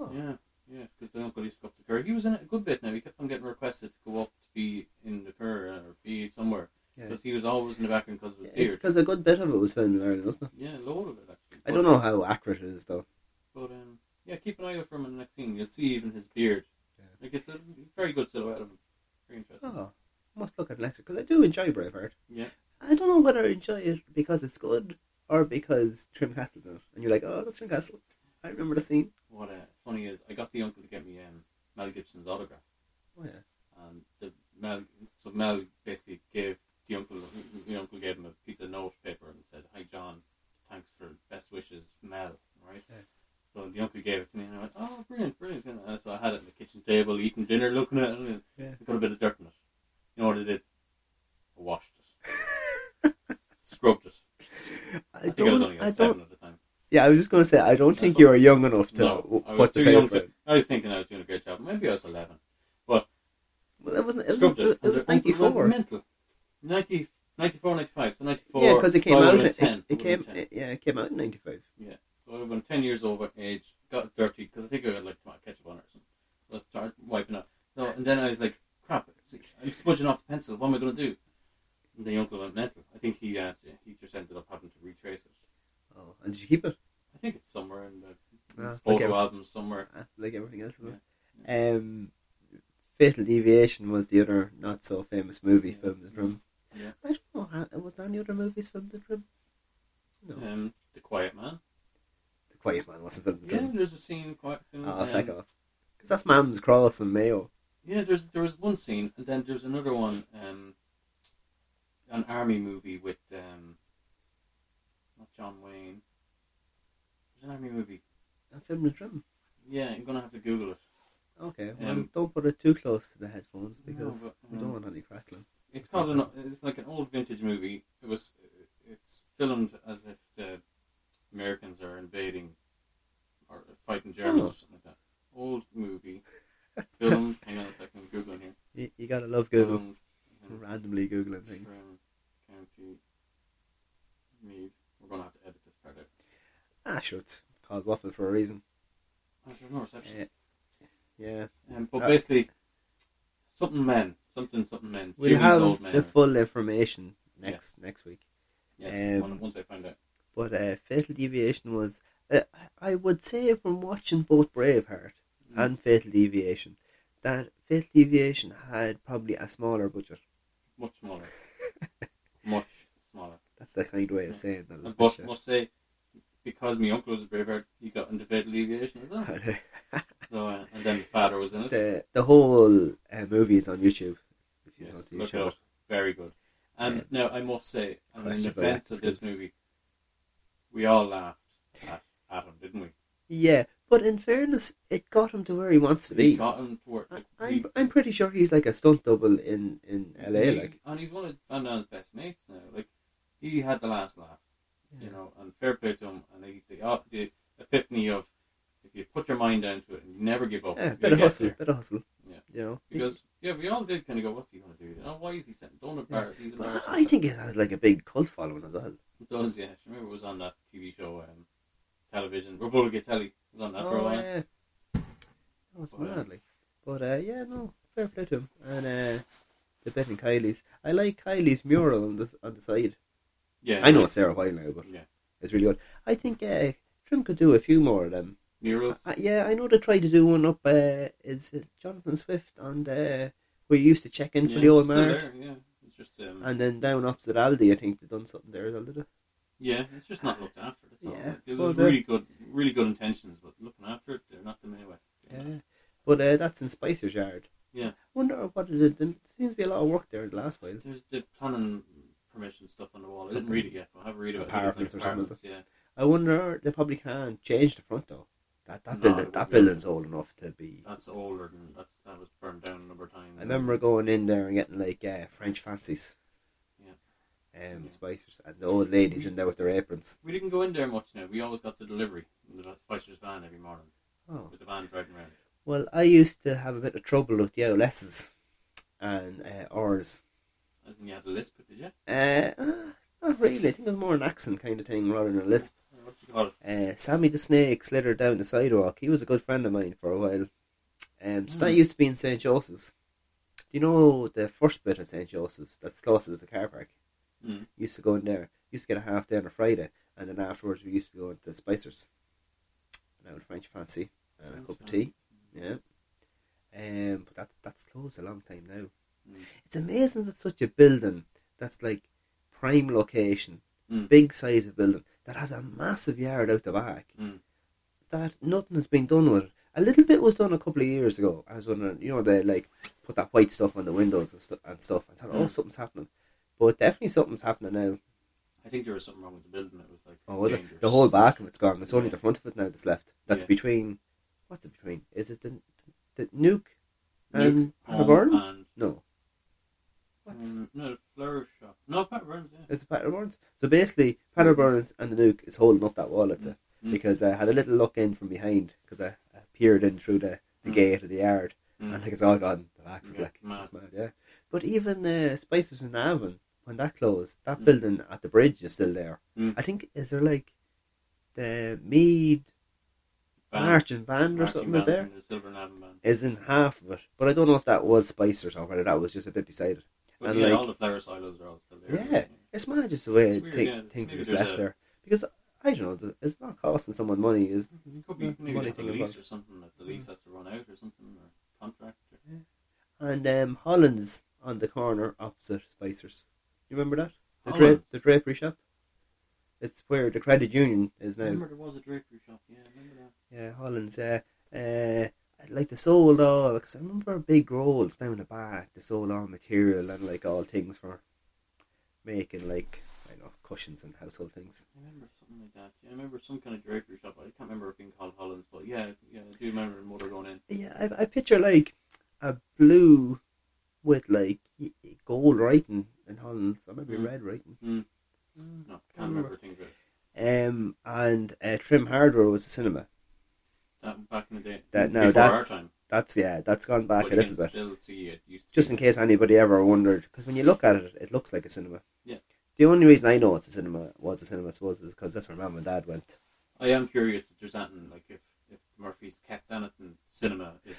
S2: Oh.
S3: Yeah, yeah, because the uncle used to go up to Kerr. He was in it a good bit now. He kept on getting requested to go up to be in the Kerr or be somewhere
S2: Yeah.
S3: because he was always in the background because of his beard.
S2: Because a good bit of it was filmed in Ireland, wasn't it?
S3: Yeah, a load of it actually.
S2: I don't know how accurate it is though.
S3: but um, yeah, keep an eye out for him in the next scene. You'll see even his beard.
S2: Yeah.
S3: Like it's a very good silhouette of him. Very interesting.
S2: Oh, I must look at Leicester because I do enjoy Braveheart.
S3: Yeah,
S2: I don't know whether I enjoy it because it's good or because Trim Castle's in it, and you're like, oh, that's Trim Castle. I remember the scene.
S3: what uh, funny is I got the uncle to get me um, Mel Gibson's autograph,
S2: Oh yeah.
S3: and Um, the Mel so Mel basically gave the uncle the uncle gave him a piece of note paper and said, "Hi John, thanks for best wishes, Mel." Right.
S2: Yeah.
S3: So the uncle gave it to me, and I went, "Oh, brilliant, brilliant!" And so I had it on the kitchen table, eating dinner, looking at it, and
S2: Yeah.
S3: I got a bit of dirt in it. You know what I did? I washed it, *laughs* scrubbed it. I,
S2: I
S3: think I was only
S2: don't.
S3: about
S2: I
S3: seven
S2: don't.
S3: at the time.
S2: Yeah, I was just going to say I don't
S3: I
S2: think
S3: don't-
S2: you were young enough to
S3: No,
S2: w-
S3: I was
S2: put
S3: too
S2: the
S3: young
S2: paper.
S3: to.
S2: in.
S3: I was thinking I was doing a great job. Maybe I was eleven.
S2: Well, it wasn't. It, was-
S3: Scrubbed it.
S2: it was
S3: and the
S2: ninety
S3: uncle
S2: four.
S3: went mental. 90, 94, 95. So ninety four.
S2: Yeah, because it came out. It, it,
S3: 10,
S2: came.
S3: 10.
S2: It, yeah, it came out in ninety five.
S3: So I went 10 years over age, got dirty, because I think I had like tomato ketchup on it or something. So I started wiping up. So, and then I was like, crap, I'm smudging off the pencil, what am I going to do? And the uncle went mental. I think he uh, he just ended up having to retrace it.
S2: Oh, and did you keep it?
S3: I think it's somewhere in the
S2: Ah,
S3: photo
S2: okay.
S3: album somewhere.
S2: Uh, like everything else. Isn't it? Um, Fatal Deviation was the other not so famous movie
S3: Yeah.
S2: filmed in Trim.
S3: Yeah.
S2: I don't know. How, was there any other movies filmed in Trim? No,
S3: Um, the Quiet Man.
S2: The Quiet Man wasn't filmed in
S3: Yeah,
S2: Trim.
S3: there's a scene. Quiet film,
S2: Ah,
S3: um,
S2: fuck off. Because that's Mam's Cross and Mayo.
S3: Yeah, there's there was one scene, and then there's another one, um, an army movie with um, not John Wayne. There's an army movie.
S2: That filmed in Trim.
S3: Yeah, I'm gonna have to Google it.
S2: Okay, well,
S3: Um,
S2: don't put it too close to the headphones because
S3: but,
S2: we don't
S3: um,
S2: want any crackling.
S3: It's called an. It's like an old vintage movie. It was. It's filmed as if the Americans are invading or fighting German
S2: Oh.
S3: or something like that. Old movie. Film. Hang on a second. I'm Googling here.
S2: You, you gotta love Google.
S3: Film, um,
S2: Randomly Googling things.
S3: Trim County Mead. We're going to have to edit this part out.
S2: Ah, sure, it's called Waffle for a reason.
S3: Oh, there's no reception.
S2: Eh, yeah.
S3: Um, but
S2: Uh,
S3: basically, something men, something something men.
S2: We'll
S3: Jimmy's old
S2: have
S3: men.
S2: the full information next next week.
S3: yes,
S2: um,
S3: one once I find out.
S2: But uh, Fatal Deviation was, uh, I would say, from watching both Braveheart
S3: Mm.
S2: and Fatal Deviation, that Fatal Deviation had probably a smaller budget.
S3: Much
S2: *laughs*
S3: smaller, much smaller.
S2: That's the kind way
S3: Yeah.
S2: of saying that.
S3: And
S2: isn't
S3: but
S2: it? *laughs*
S3: must say, because my uncle was a braveheart, he got into fatal deviation as
S2: *laughs*
S3: well. So, uh, and then the father was in it.
S2: uh, the the whole uh, movie is on YouTube. If you
S3: Yes,
S2: want to
S3: look
S2: show
S3: it
S2: it,
S3: up. Very good. And
S2: Yeah.
S3: now I must say, and in
S2: Christopher
S3: defence of this
S2: Atkins.
S3: movie, we all laughed at Adam, didn't we?
S2: yeah. But in fairness, it got him to where he wants to
S3: We
S2: be.
S3: got him to work.
S2: I,
S3: Like, we-
S2: I'm I'm pretty sure he's like a stunt double in in LA.
S3: He-
S2: Like
S3: and he's one of Van Damme's best mates now. Like, he had the last laugh,
S2: Yeah.
S3: you know. And fair play to him. And he's the, uh, the epiphany of if you put your mind down to it and you never give up,
S2: yeah,
S3: you'll
S2: bit of
S3: get
S2: hustle,
S3: there.
S2: bit of hustle.
S3: Yeah.
S2: You know, He-
S3: Because yeah, we all did kind of go, what's he going to do? You know, why is he sitting? Don't embarrass. Yeah.
S2: Well, I think it has like a big cult following as well.
S3: it does. Yeah, I remember it was on that TV show, um, television, Republic Telly. It was on that for a while.
S2: Oh, yeah. That was
S3: But, uh,
S2: mad, like. But uh, yeah, no, fair play to him. And uh, the betting Kylie's. I like Kylie's mural on the on the side.
S3: Yeah,
S2: I know it's there a while now, but
S3: Yeah.
S2: it's really good. I think uh, Trim could do a few more of them.
S3: Murals.
S2: Uh, yeah, I know they tried to do one up. Uh, is it Jonathan Swift on the where you used to check in for
S3: Yeah,
S2: the old
S3: it's still
S2: mart,
S3: there, Yeah, it's just um,
S2: and then down opposite Aldi, I think they've done something there as well, did they?
S3: Yeah, it's just not looked after. That's all.
S2: Yeah,
S3: Like, there
S2: suppose uh,
S3: was
S2: that-
S3: really good, really good intentions, but looking after it, they're not the May West. They're not.
S2: Yeah, but uh, that's in Spicer's Yard.
S3: Yeah.
S2: Wonder what it did. There seems to be a lot of work there the last while.
S3: There's the planning permission stuff on the wall. I didn't
S2: Something-
S3: read it yet, but I'll have a read about it.
S2: Apartments or something, is
S3: apartments, Yeah,
S2: I wonder they probably can't change the front though. That that
S3: No, it
S2: building
S3: wouldn't
S2: that
S3: be able
S2: building's old enough to be.
S3: that's older than that's that was burned down a number of times.
S2: I remember going in there and getting like uh, French fancies.
S3: Yeah.
S2: Um,
S3: Yeah.
S2: Spicers and the old ladies in there with their aprons.
S3: we didn't go in there much. Now we always got the delivery in the Spicer's van every morning
S2: Oh
S3: with the van driving around.
S2: well, I used to have a bit of trouble with the OLSs and uh, R's.
S3: As in, you had a lisp, did you?
S2: Uh, ah, not really. I think it was more an accent kind of thing rather than a lisp.
S3: Or What do you call it?
S2: Uh, Sammy the Snake slithered down the sidewalk. He was a good friend of mine for a while. Um, so that
S3: Hmm.
S2: used to be in St. Joseph's. Do you know the first bit of St. Joseph's that's close as the car park?
S3: Mm.
S2: Used to go in there. Used to get a half day on a Friday, and then afterwards we used to go into Spicer's. And I would French fancy and a cup of tea. Yeah. Um, but that that's closed a long time now.
S3: Mm.
S2: It's amazing that such a building that's like prime location,
S3: Mm.
S2: big size of building that has a massive yard out the back.
S3: Mm.
S2: That nothing has been done with. it. A little bit was done a couple of years ago. I was wondering, you know, they like put that white stuff on the windows and, stu- and stuff. I thought, oh,
S3: Mm.
S2: something's happening, but definitely somethinging's happening now.
S3: I think there was something wrong with the building. It was like
S2: Oh, was it?
S3: dangerous.
S2: the whole back of it's gone. It's only
S3: Yeah.
S2: the front of it now that's left. That's
S3: Yeah.
S2: between. What's it between? Is it the the, nuke
S3: Nuke
S2: and Pat
S3: Home
S2: Um, Burns?
S3: and-
S2: uh, No. Mm. What's
S3: Um, no, the flower shop. No, Pat Burns. Yeah.
S2: is it Pat Burns? So basically, Pat Burns and the nuke is holding up that wall. It's a,
S3: Mm.
S2: because I had a little look in from behind because I, I peered in through the, the
S3: Mm.
S2: gate of the yard
S3: Mm.
S2: and like it's all gone the back.
S3: Yeah,
S2: like,
S3: mad.
S2: It's mad, yeah. But even uh, Spices and Avon when that closed, that
S3: Mm.
S2: building at the bridge is still there.
S3: Mm.
S2: I think is there like the Mead
S3: Van.
S2: Marching Band or
S3: Marching
S2: something is
S3: bands
S2: there?
S3: and the Silver Navin band.
S2: Is in half of it, but I don't know if that was Spicer's or whether that was just a bit beside it.
S3: But
S2: And
S3: yeah,
S2: like-
S3: all the flower silos are all still there.
S2: Yeah, it's mad just the way
S3: It's weird,
S2: thi-
S3: yeah,
S2: things are
S3: maybe
S2: just
S3: there's
S2: left
S3: a-
S2: there. Because I don't know, th- it's not costing someone money. Is
S3: It could be maybe
S2: money
S3: like a
S2: thing
S3: lease
S2: about
S3: or something that the lease has to run out or something or contract. Or... Mm.
S2: and um, Holland's on the corner opposite Spicer's. You remember that the dra-
S3: Holland's?
S2: the drapery shop? It's where the credit union is
S3: I
S2: now.
S3: remember there was a drapery shop. Yeah, I remember that.
S2: Yeah, Holland's. Uh, uh, like the sold all because I remember big rolls down the back. The sold all material and like all things for making like I don't know cushions and household things.
S3: I remember something like that. Yeah, I remember some kind of drapery shop. I can't remember it being called Hollands, but yeah, yeah, I do remember the motor going in.
S2: Yeah, I, I picture like a blue with like y- gold writing in Holland, or maybe
S3: Mm.
S2: red writing.
S3: Mm. No, can't remember things about it.
S2: Um, and uh, Trim Hardware was a cinema.
S3: That in the day.
S2: That- no,
S3: Before
S2: that's-
S3: our time.
S2: That's yeah, that's gone back
S3: but
S2: a
S3: you
S2: little
S3: can
S2: bit.
S3: still see it. You-
S2: Just in case anybody ever wondered, because when you look at it, it looks like a cinema.
S3: Yeah.
S2: The only reason I know it's a cinema was a cinema, I suppose, is because that's where mum and dad went.
S3: I am curious if there's anything like if, if Murphy's kept anything cinema. If,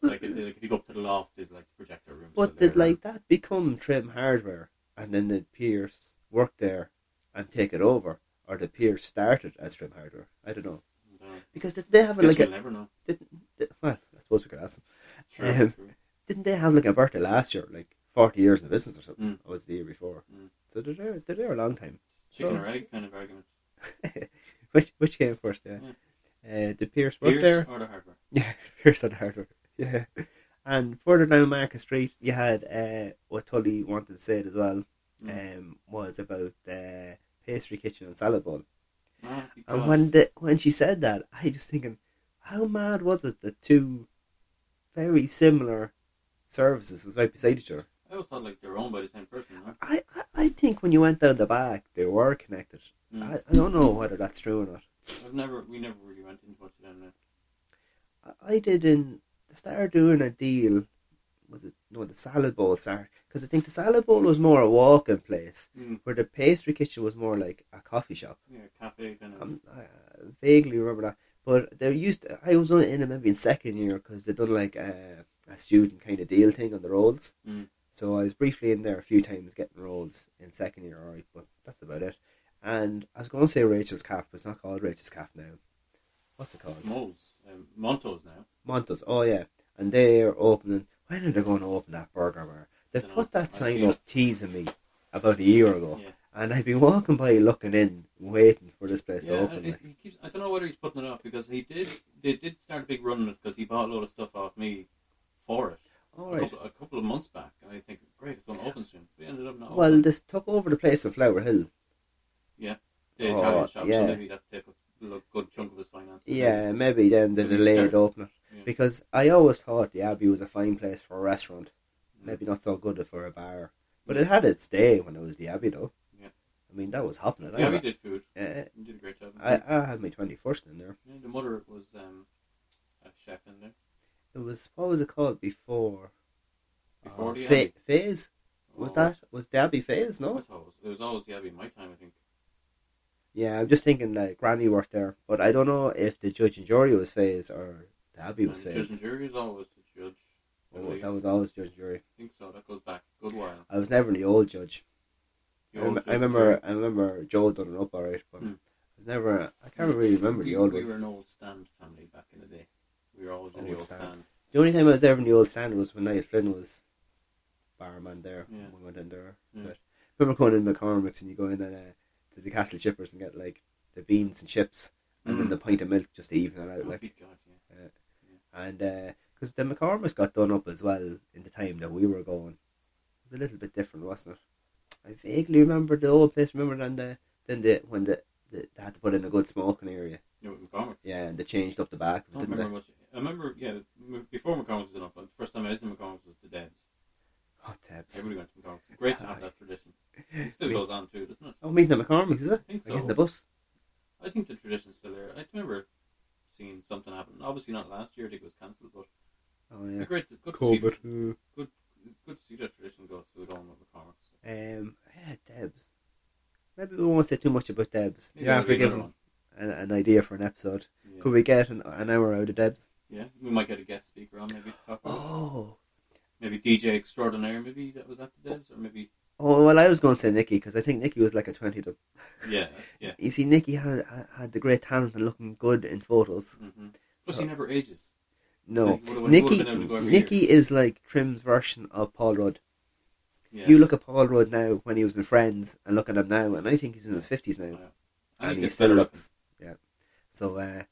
S3: like, is it, like if you go up to the loft, there's like projector rooms.
S2: *laughs* But
S3: still
S2: did
S3: there.
S2: like that become Trim Hardware, and then did Pierce work there and take it over, or did Pierce start it as Trim Hardware? I don't know
S3: No.
S2: because did they have
S3: Guess
S2: like
S3: we'll
S2: a
S3: never know.
S2: didn't, did- well, I suppose we could ask them.
S3: Sure,
S2: Um,
S3: sure.
S2: Didn't they have like a birthday last year, like forty years in business or something?
S3: Mm.
S2: Or was it the year before?
S3: Mm.
S2: So they're there, they're there a long time. *laughs*
S3: Chicken
S2: so-
S3: or egg kind of argument.
S2: Which which came first? Yeah. Uh, did Pierce work
S3: Pierce
S2: there? *laughs*
S3: or the hardware.
S2: Yeah, Pierce on hardware. Yeah. And further down Market Street, you had uh, what Tully wanted to say it as well
S3: Mm.
S2: um, was about uh, pastry kitchen and salad bowl.
S3: Ah, keep
S2: And
S3: going.
S2: when the, when she said that, I just thinking, how mad was it that two very similar services was right beside each other?
S3: I always thought like they were owned by the same person. No?
S2: I, I, I think when you went down the back, they were connected.
S3: Mm.
S2: I, I don't know whether that's true or not.
S3: I've never, we never really went into much of them. uh, Now.
S2: I did in the start doing a deal. Was it no the salad bowl start? Because I think the salad bowl was more a walk-in place,
S3: Mm.
S2: where the pastry kitchen was more like a coffee shop.
S3: Yeah, cafe kind of.
S2: Um, I I vaguely remember that, but there used to, I was only in it maybe in second year because they done like a, a student kind of deal thing on the rolls.
S3: Mm.
S2: So I was briefly in there a few times getting rolls in second year, alright, but that's about it. And I was going to say Rachel's Calf, but it's not called Rachel's Calf now. What's it called?
S3: Moles, um, Montos now.
S2: Montos, oh yeah, and they're opening. When are they going to open that burger bar? They
S3: Dunno.
S2: put that
S3: I've
S2: sign
S3: seen
S2: up teasing me about a year ago,
S3: Yeah.
S2: and I've been walking by, looking in, waiting for this place to
S3: Yeah,
S2: open.
S3: and it-
S2: like.
S3: he keeps, I don't know whether he's putting it off because he did. They did start a big run on it because he bought a load of stuff off me for it
S2: All
S3: a,
S2: right.
S3: couple, a couple of months back, and I think great, it's going to open soon. They ended up not.
S2: Well,
S3: opening.
S2: this took over the place in Flower Hill.
S3: the
S2: oh,
S3: Italian shop,
S2: yeah.
S3: so maybe that took a lo- good chunk of his finances.
S2: Yeah, maybe then they
S3: Maybe
S2: delayed
S3: start-
S2: opening
S3: Yeah.
S2: because I always thought the Abbey was a fine place for a restaurant. Maybe not so good for a bar, but it had its day when it was the Abbey, though.
S3: Yeah.
S2: I mean that was happening.
S3: yeah,
S2: I,
S3: we did food.
S2: uh,
S3: He did a great job.
S2: I, I had my twenty first in there.
S3: Yeah, the mother was um, a chef in there.
S2: It was what was it called before?
S3: Before
S2: Oh,
S3: the
S2: Fa-
S3: Abbey.
S2: Phase was
S3: Oh,
S2: that was the Abbey Phase?
S3: I
S2: No.
S3: thought It was, it was always the Abbey in my time, I think.
S2: Yeah, I'm just thinking like Granny worked there, but I don't know if the judge and jury was Phase or the Abbey was
S3: And the judge
S2: Phase.
S3: and jury is always the judge. I
S2: Oh,
S3: believe.
S2: that was always judge and jury.
S3: I think so. That goes back a good while.
S2: I was never in the old judge.
S3: The
S2: I, rem-
S3: old
S2: I
S3: judge and
S2: remember.
S3: jury.
S2: I remember Joe done it up alright, but
S3: Hmm.
S2: I was never. I can't really remember the
S3: we,
S2: old
S3: we
S2: one.
S3: were an old stand family back in the day. We were always in the
S2: Old
S3: old
S2: stand.
S3: stand.
S2: The only time I was ever in the old stand was when Niall Flynn was barman there.
S3: Yeah.
S2: when We went in there.
S3: Yeah.
S2: But remember going in McCormick's and you go in and, uh, to the Castle Chippers and get like the beans and chips and then
S3: Mm.
S2: the pint of milk just to even it out.
S3: Oh,
S2: Like
S3: good God, yeah.
S2: Uh, and because the McCormick's got done up as well in the time that we were going, it was a little bit different, wasn't it? I vaguely remember the old place. Remember then the then the when the, the they had to put in a good smoking area.
S3: You know, McCormick.
S2: Yeah, and they changed up the back.
S3: I don't
S2: didn't they?
S3: remember much. I remember, yeah, m- before McCormick was enough, but the first time I was in McCormick was the Debs.
S2: Oh, Debs.
S3: Everybody went to McCormick. It's Great to have that tradition.
S2: *laughs*
S3: It still
S2: Me-
S3: goes on too, doesn't it?
S2: Oh, meeting the McCormick's, is it?
S3: I think
S2: Like, in
S3: so.
S2: the bus.
S3: I think the tradition's still there. I remember seeing something happen. Obviously not last year, I think it was cancelled, but
S2: Oh,
S3: it's
S2: yeah.
S3: great. It's good to *laughs* see.
S2: COVID.
S3: Good to see that tradition goes to the going with McCormick's.
S2: Um, yeah, Debs. Maybe we won't say too much about Debs.
S3: Maybe
S2: You're
S3: that'll be another
S2: given an, an idea for an episode.
S3: one. Yeah.
S2: Could we get an, an hour out of Debs?
S3: yeah, we might get a guest speaker on maybe to talk about it.
S2: Oh.
S3: maybe DJ extraordinaire. Maybe that was at the Devs, or maybe
S2: Oh, well, I was going to say Nicky because I think Nicky was like a 20 to.
S3: yeah, yeah.
S2: You see, Nicky had, had the great talent and looking good in photos.
S3: Mm-hmm. Plus, he never ages.
S2: No.
S3: Like, would've- would've
S2: Nicky
S3: been able to go every
S2: Nicky is like Trim's version of Paul Rudd.
S3: Yes.
S2: You look at Paul Rudd now when he was in Friends and look at him now, and I think he's in his 50s now. and
S3: I think
S2: he
S3: it's
S2: still
S3: better
S2: looks. Yeah. So uh,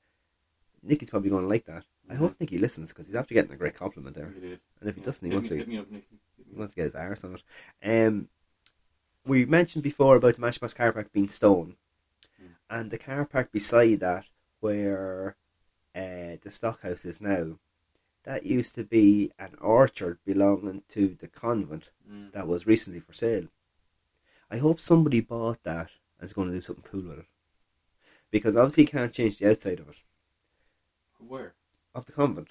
S2: Nicky's probably going to like that. I
S3: Mhm.
S2: hope Nicky listens because he's after getting a great compliment
S3: looking.
S2: there.
S3: He did.
S2: And if he
S3: Yeah.
S2: doesn't, he
S3: Hit
S2: wants
S3: me-
S2: to
S3: hit me up, Nick. Hit me
S2: he
S3: up.
S2: wants to get his arse on it. Um, we mentioned before about the Mashbox car park being stone,
S3: Mm.
S2: and the car park beside that, where uh, the stockhouse is now, that used to be an orchard belonging to the convent
S3: Mm.
S2: that was recently for sale. I hope somebody bought that and is going to do something cool with it. Because obviously you can't change the outside of it.
S3: Where?
S2: of the convent.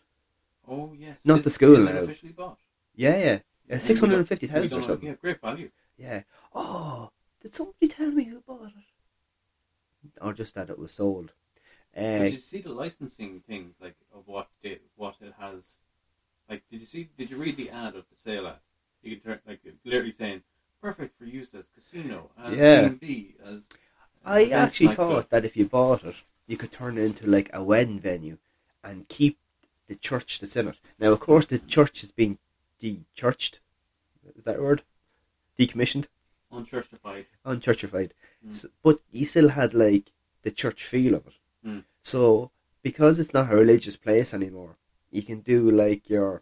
S3: Oh yes.
S2: Not
S3: Is-
S2: the school
S3: is it
S2: now.
S3: Officially bought.
S2: Yeah, yeah. yeah
S3: We
S2: Six hundred and fifty
S3: don't- we
S2: thousand
S3: don't
S2: or
S3: know.
S2: something.
S3: Yeah, great value.
S2: Yeah. Oh, did somebody tell me who bought it? Or just that it was sold? Uh,
S3: Did you see the licensing things like of what it, what it has? Like, did you see? Did you read the ad of the sale ad? You can turn like literally saying perfect for use as casino, as
S2: Yeah.
S3: B and B, as.
S2: I
S3: as
S2: actually
S3: nightclub.
S2: thought that if you bought it, you could turn it into like a wedding venue, and keep the church that's in it. Now, of course, the church has been de-churched. Is that a word? Decommissioned,
S3: unchurchified.
S2: unchurchified.
S3: Mm.
S2: S but you still had like the church feel of it.
S3: Mm.
S2: So because it's not a religious place anymore, you can do like your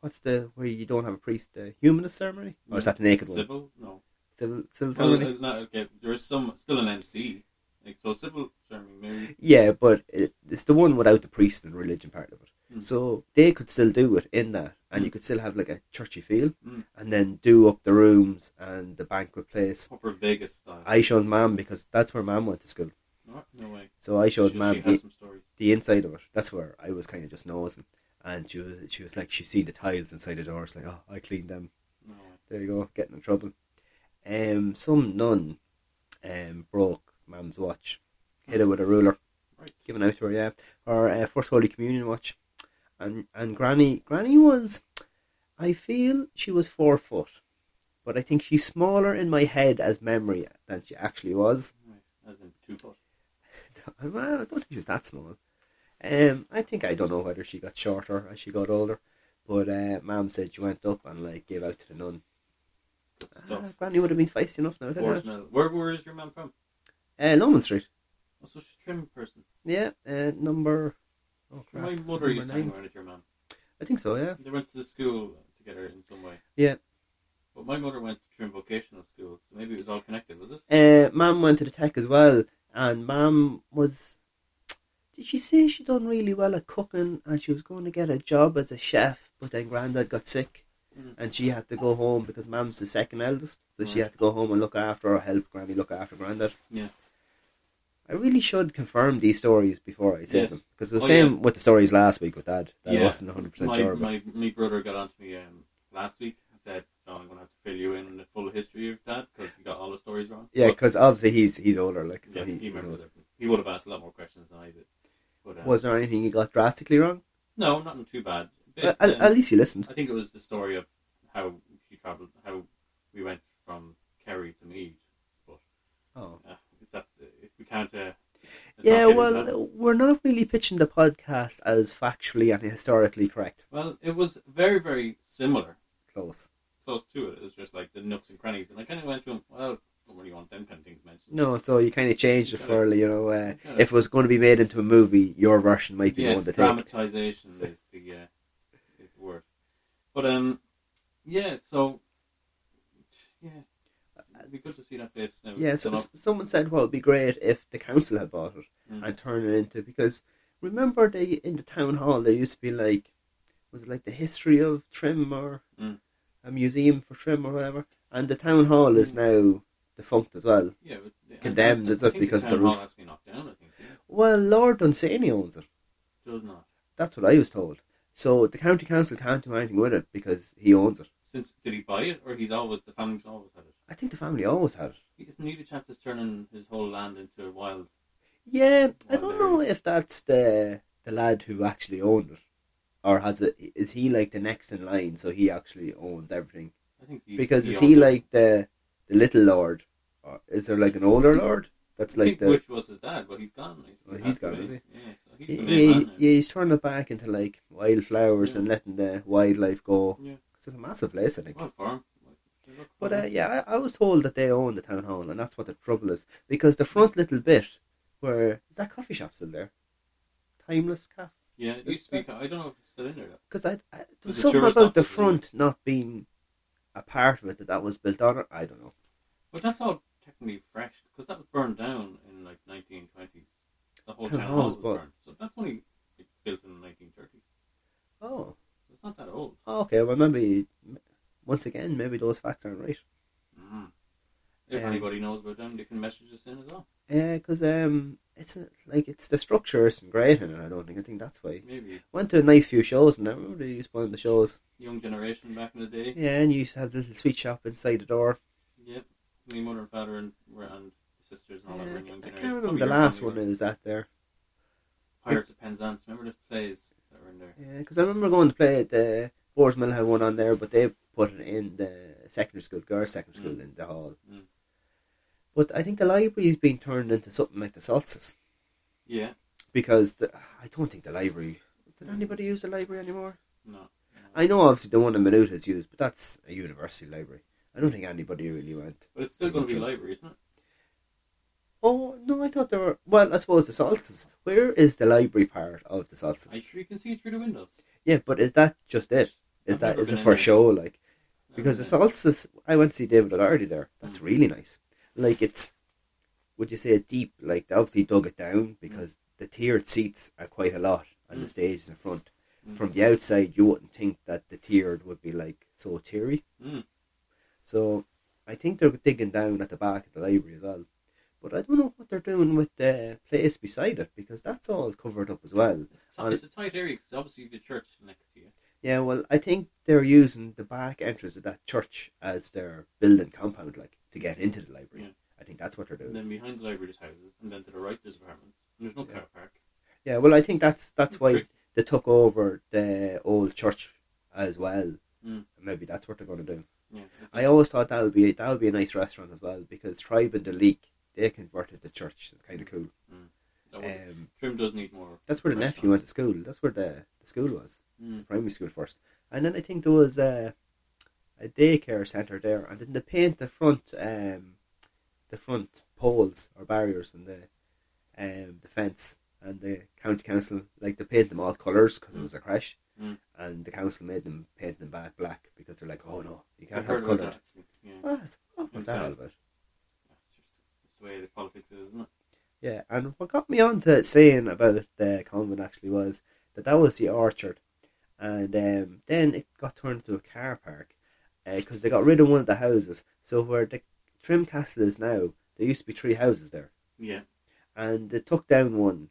S2: what's the where you don't have a priest, the humanist ceremony, or is that the naked one?
S3: Hmm. Civil, no.
S2: Civil, civil
S3: Well,
S2: ceremony.
S3: uh, no, okay. There is some still an MC. Like so, civil ceremony. Maybe.
S2: Yeah, but it, it's the one without the priest and religion part of it.
S3: Mm.
S2: So they could still do it in that, and you
S3: Mm.
S2: could still have like a churchy feel,
S3: Mm.
S2: and then do up the rooms and the banquet place.
S3: Proper Vegas style.
S2: I showed Mam because that's where Mam went to school,
S3: no, no way.
S2: so I
S3: She,
S2: showed
S3: she
S2: Mam
S3: has
S2: the,
S3: some stories.
S2: the inside of it. That's where I was kind of just nosing, and she was she was like she seen the tiles inside the door. It's like oh, I cleaned them.
S3: No way.
S2: There you go, getting in trouble. Um, some nun, um, broke Mam's watch, hit it with a ruler.
S3: Right.
S2: given out to her, yeah. Her uh, first Holy Communion watch, and and Granny, Granny was, I feel she was four foot, but I think she's smaller in my head as memory than she actually was.
S3: Right. As in two foot.
S2: *laughs* I don't think she was that small. Um, I think I don't know whether she got shorter as she got older, but uh, Mum said she went up and like gave out to the nun.
S3: Stuff.
S2: Ah, Granny would have been feisty enough now. couldn't it?
S3: Original. Where where is your man from?
S2: Uh, Lomond Street,
S3: Oh, so she's a trim person.
S2: yeah, uh, number. Oh, crap.
S3: My mother used
S2: Number
S3: to
S2: nine.
S3: hang around with your mum.
S2: I think so. Yeah,
S3: They went to the school together in some way.
S2: yeah.
S3: But my mother went to Trim Vocational School, so maybe it was all connected, was it?
S2: Uh, Mam went to the tech as well, and Mam was. Did she say she done really well at cooking, and she was going to get a job as a chef? But then Grandad got sick,
S3: Mm.
S2: and she had to go home because Mam's the second eldest, so she
S3: Right.
S2: had to go home and look after or help Granny look after Grandad.
S3: Yeah.
S2: I really should confirm these stories before I say
S3: Yes.
S2: them because the
S3: Oh,
S2: same with the stories last week with Dad. That I
S3: Yeah.
S2: wasn't one hundred percent
S3: My,
S2: sure. But
S3: my my brother got onto me um, last week and said, "John, I'm going to have to fill you in on the full history of Dad because you got all the stories wrong."
S2: yeah,
S3: But,
S2: because obviously he's he's older, like so
S3: yeah,
S2: he,
S3: he,
S2: he
S3: remembers
S2: knows.
S3: it. He would have asked a lot more questions than I did. But, um,
S2: Was there anything you got drastically wrong?
S3: no, nothing too bad. um,
S2: At,
S3: Basically,
S2: at at least you listened.
S3: I think it was the story of how she travelled, how we went from Kerry to Mead. But
S2: Oh.
S3: uh, if that's if we can't. Uh, it's not
S2: Yeah,
S3: getting
S2: well,
S3: better.
S2: we're not really pitching the podcast as factually and historically correct.
S3: Well, it was very, very similar,
S2: Close.
S3: close to it. It was just like the nooks and crannies, and I kind of went to him. Well, don't really want them kind of things mentioned.
S2: No, so you kind of changed it for you know, uh,
S3: Okay.
S2: if it was going to be made into a movie, your version might be
S3: yes,
S2: the one to take.
S3: dramatization is the uh, is the word. But um, yeah. So yeah, it'd be good to see that place now.
S2: Yeah, so,
S3: done up.
S2: s- someone said, well, it'd be great if the council had bought it
S3: Mm.
S2: and turned it into because remember they in the town hall there used to be like was it like the history of Trim or
S3: Mm.
S2: a museum for Trim or whatever, and the town hall
S3: Mm.
S2: is now defunct as well.
S3: yeah, but, I- I-
S2: condemned,
S3: I
S2: is it,
S3: think
S2: because
S3: the
S2: of
S3: town
S2: the
S3: hall
S2: roof?
S3: has been knocked down. I think yeah.
S2: Well, Lord Dunsany owns it.
S3: does not
S2: That's what I was told. So the county council can't do anything with it because he owns it.
S3: since did he buy it or he's always the family's always had it.
S2: I think the family always had it.
S3: Isn't he the chap that's turning his whole land into a wild?
S2: Yeah, I
S3: Well,
S2: don't
S3: there
S2: know if that's the the lad who actually owned it, or has it? Is he like the next in line? So he actually owns everything.
S3: I think he,
S2: Because is
S3: owns
S2: he
S3: it.
S2: like the the little lord, or is there like an older lord? That's
S3: I
S2: like
S3: think
S2: the
S3: Which was his dad, but he's gone. He's,
S2: Oh, he's
S3: passed
S2: gone,
S3: away.
S2: is he?
S3: Yeah, so he's
S2: he,
S3: the main man
S2: he,
S3: now.
S2: yeah, he's turning it back into like wildflowers
S3: Yeah.
S2: and letting the wildlife go.
S3: Yeah.
S2: 'Cause it's a massive place, I think.
S3: Well, farm. Like, they look
S2: But
S3: farm.
S2: uh, yeah, I, I was told that they own the town hall, and that's what the trouble is. Because the front little bit, where is that coffee shop still there? Timeless Cafe.
S3: yeah, it used to be. I don't know if it's still in there. though.
S2: Because I, I, there was
S3: a
S2: something
S3: tourist
S2: about the
S3: office, isn't
S2: front not being a part of it that that was built on it. I don't know.
S3: But that's all technically fresh because that was burned down in like 1920s. The whole
S2: Town
S3: town
S2: hall
S3: hall was
S2: was bought.
S3: burned, so that's only like, built in the 1930s.
S2: Oh,
S3: So it's not that old.
S2: oh, okay. Well, maybe once again, maybe those facts aren't right.
S3: Mm. If
S2: Um,
S3: anybody knows about them, they can message us in as well.
S2: Yeah, because Eh, um, it's a, like like it's the structure isn't great in it. I don't think. I think that's why.
S3: Maybe
S2: Went to a nice few shows, and I remember they used one of the shows.
S3: young generation back in the day.
S2: Yeah, and you used to have the little sweet shop inside the door.
S3: Yep. Me, mother, and father, and, were- and sisters, and all that
S2: Yeah,
S3: were in young
S2: I
S3: generation.
S2: can't remember
S3: Probably
S2: the
S3: your
S2: last
S3: family
S2: one
S3: were.
S2: I was at there.
S3: Pirates of Penzance. Remember the plays that were in there?
S2: Yeah, because I remember going to play at the Boers Mill had one on there, but they put it in the secondary school, girls' secondary school,
S3: Mm.
S2: in the hall.
S3: Mm.
S2: But I think the library is being turned into something like the Salsas.
S3: Yeah.
S2: because the, I don't think the library. Did anybody use the library anymore?
S3: No.
S2: I know obviously the one in Maynooth is used, but that's a university library. I don't think anybody really went.
S3: But it's still going to be
S2: Sure.
S3: library, isn't it?
S2: Oh no, I thought there were. Well, I suppose the Salsas. Where is the library part of the
S3: I
S2: Salsas?
S3: sure you can see it through the windows.
S2: Yeah, but is that just it? Is
S3: I've
S2: that
S3: never
S2: is
S3: been
S2: it
S3: in
S2: for
S3: there.
S2: show? Like because the
S3: it's
S2: Salsas, I went to see David O'Doherty there. That's
S3: Mm.
S2: really nice. Like it's, would you say it deep? Like they obviously dug it down because the tiered seats are quite a lot and the
S3: Mm.
S2: stages in front.
S3: Mm.
S2: from the outside, you wouldn't think that the tiered would be like so teary.
S3: Mm.
S2: So I think they're digging down at the back of the library as well. But I don't know what they're doing with the place beside it because that's all covered up as well.
S3: It's,
S2: on-
S3: t- it's a tight area because obviously you have the church next to you.
S2: Yeah, well, I think they're using the back entrance of that church as their building compound, like to get into the library.
S3: Yeah.
S2: I think that's what they're doing.
S3: And then behind the library there's houses, and then to the right there's apartments. And there's no
S2: Yeah.
S3: car park.
S2: Yeah, well, I think that's that's why
S3: True.
S2: they took over the old church as well.
S3: Mm.
S2: Maybe that's what they're going to do.
S3: Yeah.
S2: I always thought that would be that would be a nice restaurant as well because Tribe and the Leak they converted the church. It's kind of cool.
S3: That would-
S2: Um,
S3: Trim does need more.
S2: that's where the nephew went to
S3: restaurants.
S2: school. That's where the, the school was,
S3: Mm.
S2: primary school first, and then I think there was a, a daycare center there, and then they paint the front um, the front poles or barriers and the um, the fence and the county council like they paint them all colours because it
S3: Mm.
S2: was a crash,
S3: Mm.
S2: and the council made them paint them back black because they're like, oh no, you
S3: I've
S2: can't
S3: heard
S2: have
S3: about
S2: coloured.
S3: that, actually. Yeah.
S2: What, is- what was that all about?
S3: It's just- it's the way the politics is, isn't it?
S2: Yeah, and what got me on to saying about the convent actually was that that was the orchard, and um, then it got turned into a car park because they got rid of one of the houses. So where the Trim Castle is now, there used to be three houses there,
S3: Yeah.
S2: and they took down one.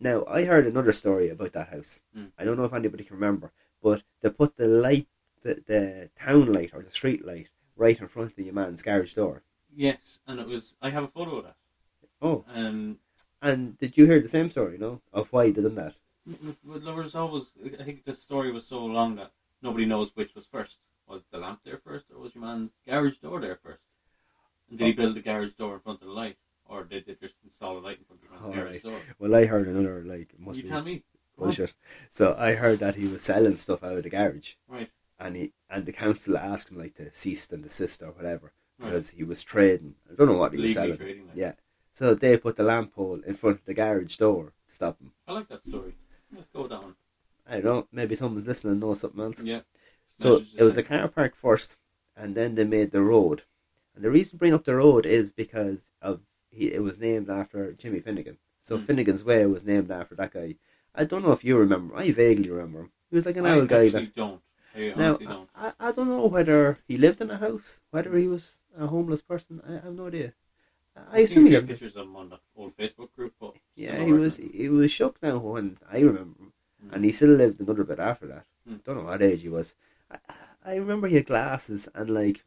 S2: Now I heard another story about that house.
S3: Mm.
S2: I don't know if anybody can remember, but they put the light, the, the town light or the street light, right in front of your man's garage door.
S3: Yes, and it was. I have a photo of that.
S2: Oh,
S3: Um,
S2: and did you hear the same story? No, of why they done that.
S3: with, with lovers always. I think the story was so long that nobody knows which was first. Was the lamp there first, or was your man's garage door there first? And
S2: Oh.
S3: did he build the garage door in front of the light, or did they just install a light in front of your man's
S2: All
S3: garage
S2: Oh, right.
S3: door?
S2: Well, I heard another like it must
S3: You
S2: be Oh,
S3: tell me. Go on.
S2: bullshit. So I heard that he was selling stuff out of the garage,
S3: Right.
S2: and he and the council asked him like to cease and desist or whatever
S3: Right.
S2: because he was trading. I don't know what he was
S3: Legally
S2: selling.
S3: trading. Like.
S2: Yeah. So they put the lamp pole in front of the garage door to stop him.
S3: I like that story. Let's go with that one.
S2: I don't know. Maybe someone's listening and knows something else.
S3: Yeah.
S2: So
S3: Message
S2: it was
S3: the
S2: the car park first, and then they made the road. And the reason to bring up the road is because of he, it was named after Jimmy Finnegan. So
S3: Mm.
S2: Finnegan's Way was named after that guy. I don't know if you remember. I vaguely remember him. He was like an
S3: I
S2: old guy.
S3: actually
S2: That,
S3: don't. I
S2: now
S3: honestly don't.
S2: I, I don't know whether he lived in a house, whether he was a homeless person. I, I have no idea. I, I
S3: I've
S2: assume
S3: seen a
S2: he lived.
S3: few
S2: in a house.
S3: pictures of him on the old Facebook group, but
S2: Yeah,
S3: still
S2: he
S3: no
S2: was.
S3: record.
S2: He was shook now when I remember him,
S3: Mm.
S2: and he still lived another bit after that.
S3: Mm.
S2: Don't know what age he was. I, I remember he had glasses and like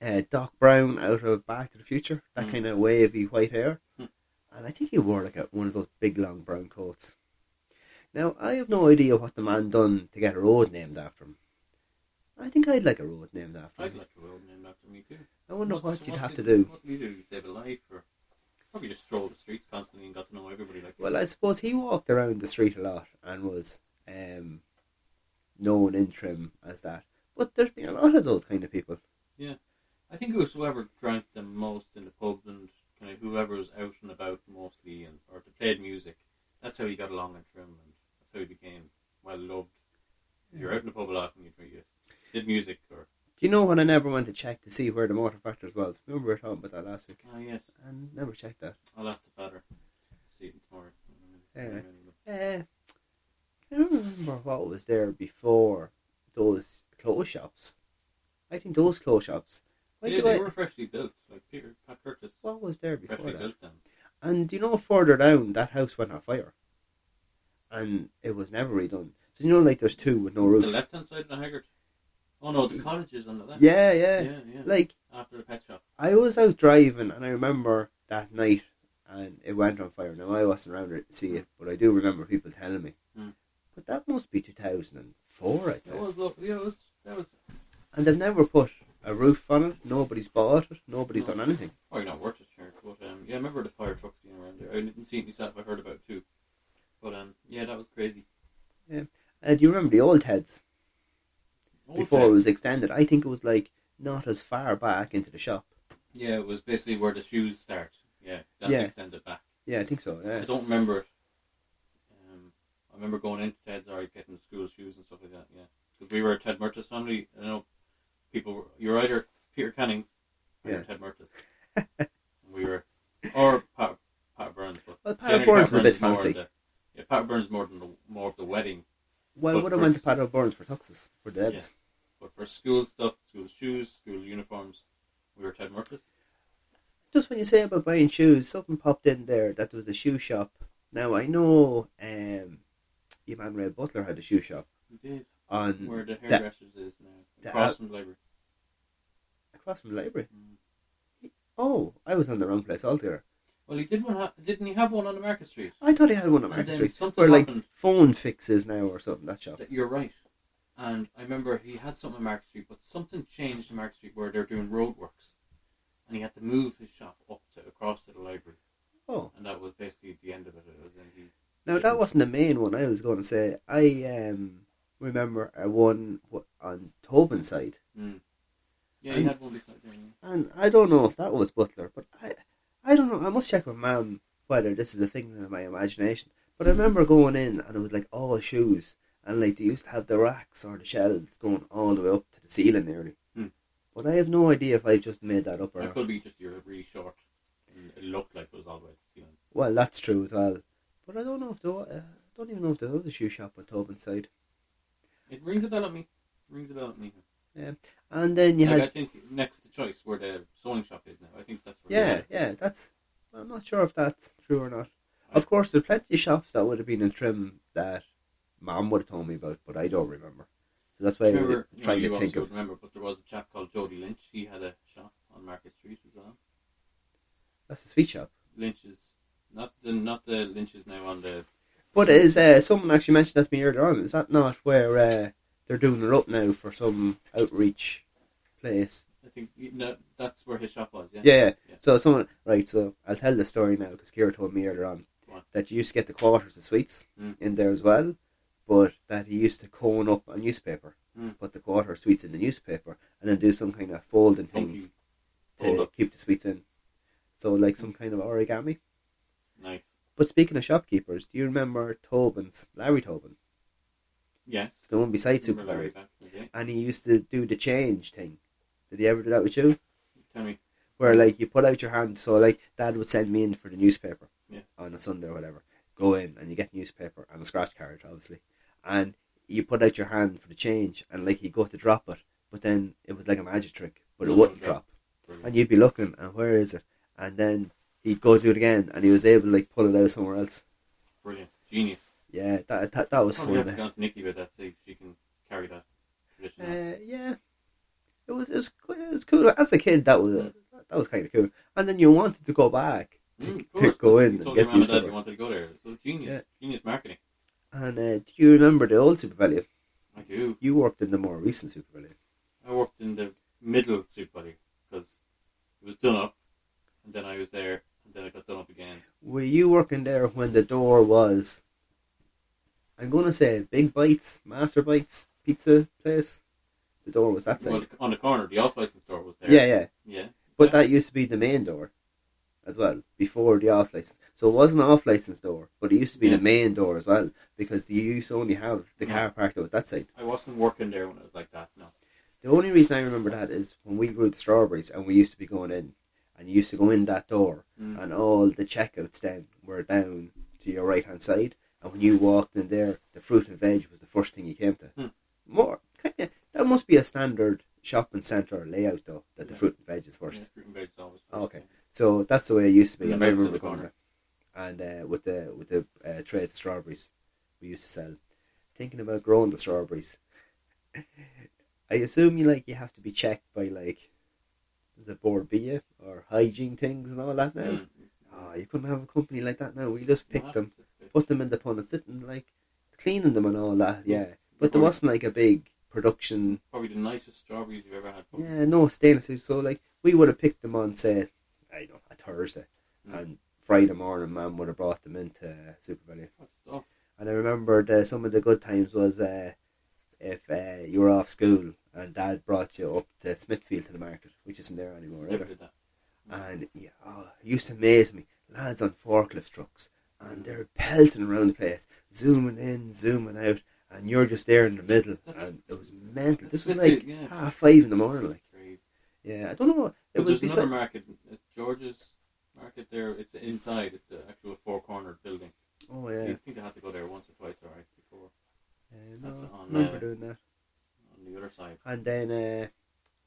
S2: uh, Doc Brown out of Back to the Future, that
S3: Mm.
S2: kind of wavy white hair,
S3: Mm.
S2: and I think he wore like a, one of those big long brown coats. Now I have no idea what the man done to get a road named after him. I think I'd like a road named after
S3: I'd
S2: him.
S3: like a road named after me too.
S2: I wonder
S3: What's-
S2: what you'd
S3: what's
S2: have
S3: the-
S2: to do.
S3: What do you do? Save a life, or probably just stroll the streets constantly and got to know everybody. Like,
S2: Well, I suppose he walked around the street a lot and was um, known in trim as that. But there's been a lot of those kind of people.
S3: I think it was whoever drank the most in the pub and kind of whoever was out and about mostly, and or to played music. That's how he got along in trim, and that's how he became well loved. If you're out in the pub a lot and you drink, you did music, or
S2: Do you know when I never went to check to see where the Motor Factors was? Remember we were talking about that last week?
S3: ah yes,
S2: And never checked that.
S3: I'll ask the fatter. See him tomorrow.
S2: Yeah. Uh, I don't remember what was there before those clothes shops. I think those clothes shops. Why
S3: yeah,
S2: do
S3: they
S2: I,
S3: were freshly built. Like Peter Pat Curtis,
S2: what was there before
S3: freshly
S2: that?
S3: built them.
S2: And you know, further down, that house went on fire, and it was never redone. So you know, like there's two with no
S3: The
S2: roof.
S3: left hand side of the Haggard. Oh no, the cottage is on the left.
S2: Yeah, yeah,
S3: yeah, yeah.
S2: Like
S3: After the pet shop.
S2: I was out driving, and I remember that night, and it went on fire. Now I wasn't around to see it, but I do remember people telling me.
S3: Mm.
S2: But that must be 2004, I'd say.
S3: That was lovely. Yeah, it was, that was
S2: And they've never put a roof on it. Nobody's bought it. Nobody's done anything.
S3: probably not worth it, sure. But um, yeah, I remember the fire trucks being around there. I didn't see it myself. I heard about it too. But um, yeah, that was crazy.
S2: Uh, do you remember the old heads
S3: Old
S2: before it
S3: times.
S2: was extended? I think it was like not as far back into the shop.
S3: Yeah, it was basically where the shoes start. Yeah, that's
S2: Yeah.
S3: extended back.
S2: Yeah, I think so.
S3: I
S2: Yeah,
S3: don't remember. it. Um, I remember going into Ted's, or getting the school shoes and stuff like that. Yeah, because we were at Ted Murta's family. I know people. Were, you're either Peter Canning's or you're
S2: Yeah.
S3: Ted Murta's. we were, or Pat, Pat Burns. But
S2: Well, Pat
S3: generally
S2: Burns is a bit
S3: more of
S2: fancy.
S3: the- yeah, Pat Burns more than the, more of the wedding,
S2: well,
S3: But
S2: would have went to
S3: first-
S2: Pat O'Byrne's for tuxes for the Debs.
S3: but for school stuff, school shoes, school uniforms, we were Ted Murta's.
S2: Just when you say about buying shoes, something popped in there that there was a shoe shop. Now I know um, Emmanuel Butler had a shoe shop
S3: We did
S2: on
S3: where the
S2: the-
S3: hairdressers is now
S2: the-
S3: across from the library.
S2: across from the library.
S3: Mm.
S2: Oh, I was on the wrong place altogether.
S3: Well, he did one. ha- Didn't he have one on the Market Street?
S2: I thought he had one on
S3: And
S2: Market
S3: then
S2: Street
S3: something
S2: where like
S3: happened.
S2: phone fixes now or something. That shop.
S3: That- You're right. And I remember he had something on Market Street, but something changed in Market Street where they're doing roadworks, and he had to move his shop up to across to the library,
S2: Oh,
S3: and that was basically the end of it. It was then he
S2: now that wasn't the main one. I was going to say I um, remember a one w- on Tobin's side,
S3: mm. yeah he
S2: And-
S3: had one beside there. yeah.
S2: and I don't know if that was Butler, but I I don't know. I must check with mum whether this is a thing in my imagination. But I remember going in and it was like all shoes, and like they used to have the racks or the shelves going all the way up to the ceiling nearly.
S3: Hmm.
S2: But I have no idea if I've just made that up or
S3: That
S2: not.
S3: could be just you're really short. And it looked like it was all the way to the ceiling.
S2: Well, that's true as well. But I don't know if there. wa- Uh, I don't even know if there was a shoe shop on Tobin's side.
S3: It rings a bell at me. Rings a bell at me.
S2: And then you
S3: Like,
S2: had
S3: I think next to Choice, where the sewing shop is now, I think that's where.
S2: Yeah, yeah, that's. I'm not sure if that's true or not.
S3: I-
S2: Of course, there's plenty of shops that would have been in trim that Mom would have told me about, but I don't remember. So that's why I was
S3: Remember,
S2: trying
S3: you
S2: to
S3: obviously
S2: think of.
S3: would remember, but there was a chap called Jody Lynch. He had a shop on Market Street as well.
S2: That's a sweet shop.
S3: Lynch's, not the not the Lynch's now on the.
S2: But is uh, someone actually mentioned that to me earlier on? Is that not where uh, they're doing it up now for some outreach place?
S3: I think no, that's where his shop was. Yeah.
S2: Yeah.
S3: Yeah.
S2: So someone right. So I'll tell the story now because Kira told me earlier on
S3: Go on.
S2: that you used to get the quarters of sweets
S3: Mm.
S2: in there as well, but that he used to cone up a newspaper,
S3: Mm.
S2: put the quarter of sweets in the newspaper, and then do some kind of folding thing
S3: Funky, fold
S2: to
S3: up,
S2: keep the sweets in. So like some kind of origami.
S3: nice.
S2: But speaking of shopkeepers, do you remember Tobin's Larry Tobin? It's
S3: Yes.
S2: the one beside Super
S3: Remember Larry
S2: Larry,
S3: back in the day?
S2: and he used to do the change thing. Did he ever do that with you?
S3: Tell me.
S2: where like you put out your hand. So like dad would send me in for the newspaper
S3: Yeah.
S2: on a Sunday or whatever. Go in and you get newspaper and a scratch card, obviously, and you put out your hand for the change, and like you go to drop it, but then it was like a magic trick, but it
S3: Doesn't
S2: wouldn't
S3: drop.
S2: drop, and you'd be looking and where is it, and then he'd go do it again, and he was able to like pull it out somewhere else.
S3: Brilliant, genius.
S2: Yeah, that that, that was
S3: Probably have to
S2: fun. eh?
S3: go on to Nikki about that. See if she can carry that tradition. on.
S2: Uh, yeah, it was it was co- it was cool as a kid. That was that was kind of cool, and then you wanted to go back to,
S3: Mm, of
S2: to
S3: course,
S2: go
S3: that's-
S2: in
S3: you
S2: and
S3: told your
S2: get
S3: mum and dad
S2: newspaper.
S3: you wanted to go there. So genius,
S2: Yeah.
S3: genius marketing.
S2: And uh, do you remember the old Super Value?
S3: I do.
S2: You worked in the more recent Super Value.
S3: I worked in the middle soup buddy because it was done up, and then I was there, and then I got done up again.
S2: Were you working there when the door was? I'm gonna say Big Bites, Master Bites, pizza place. The door was that side.
S3: Well, on the corner, the off license store was there.
S2: yeah, yeah.
S3: yeah.
S2: But that used to be the main door, as well before the off license. So it was an off license door, but it used to be
S3: Yeah.
S2: the main door as well because you used to only have the
S3: Yeah.
S2: car park that was that side.
S3: I wasn't working there when it was like that. No,
S2: The only reason I remember that is when we grew the strawberries and we used to be going in, and you used to go in that door,
S3: Mm.
S2: and all the checkouts then were down to your right hand side. And when you walked in there, the fruit and veg was the first thing you came to.
S3: Mm.
S2: More kinda, that must be a standard shopping centre layout though, that the
S3: Yeah.
S2: fruit and veg is first.
S3: Yeah, fruit and veg's always
S2: Oh, Okay. So that's the way it used to be.
S3: And
S2: and
S3: the
S2: I
S3: milk's in
S2: remember
S3: the
S2: going
S3: corner.
S2: there. and uh, with the with the uh, trade of strawberries we used to sell. Thinking about growing the strawberries, *laughs* I assume you like you have to be checked by like is it Borbia or hygiene things and all that now.
S3: Mm.
S2: Ah, you couldn't have a company like that now. We just picked
S3: What?
S2: them, put them in the pond, and sitting like cleaning them and all that. Yeah, but there
S3: Or-
S2: wasn't like a big production.
S3: Probably the nicest strawberries you've ever had.
S2: Yeah, no stainless. steel. So like we would have picked them on say, I don't know, a Thursday,
S3: Mm.
S2: and Friday morning, man would have brought them into Super Value.
S3: What stuff?
S2: And I remember the, some of the good times was uh, if uh, you were off school and Dad brought you up to Smithfield to the market, which isn't there anymore either.
S3: Never did that.
S2: And yeah, oh, it used to amaze me. Lads on forklift trucks, and they're pelting around the place, zooming in, zooming out, and you're just there in the middle, and it was mental. This was like
S3: *laughs* Yeah.
S2: half five in the morning, like
S3: Great.
S2: yeah. I don't know. It
S3: But
S2: was
S3: there's another
S2: beside,
S3: market, at George's Market. There, it's inside. It's the actual four-cornered building.
S2: oh
S3: I
S2: yeah,
S3: think I had to go there once or twice, all right, before
S2: yeah no,
S3: That's
S2: I
S3: on,
S2: remember
S3: uh,
S2: doing that.
S3: on the other side.
S2: And then uh,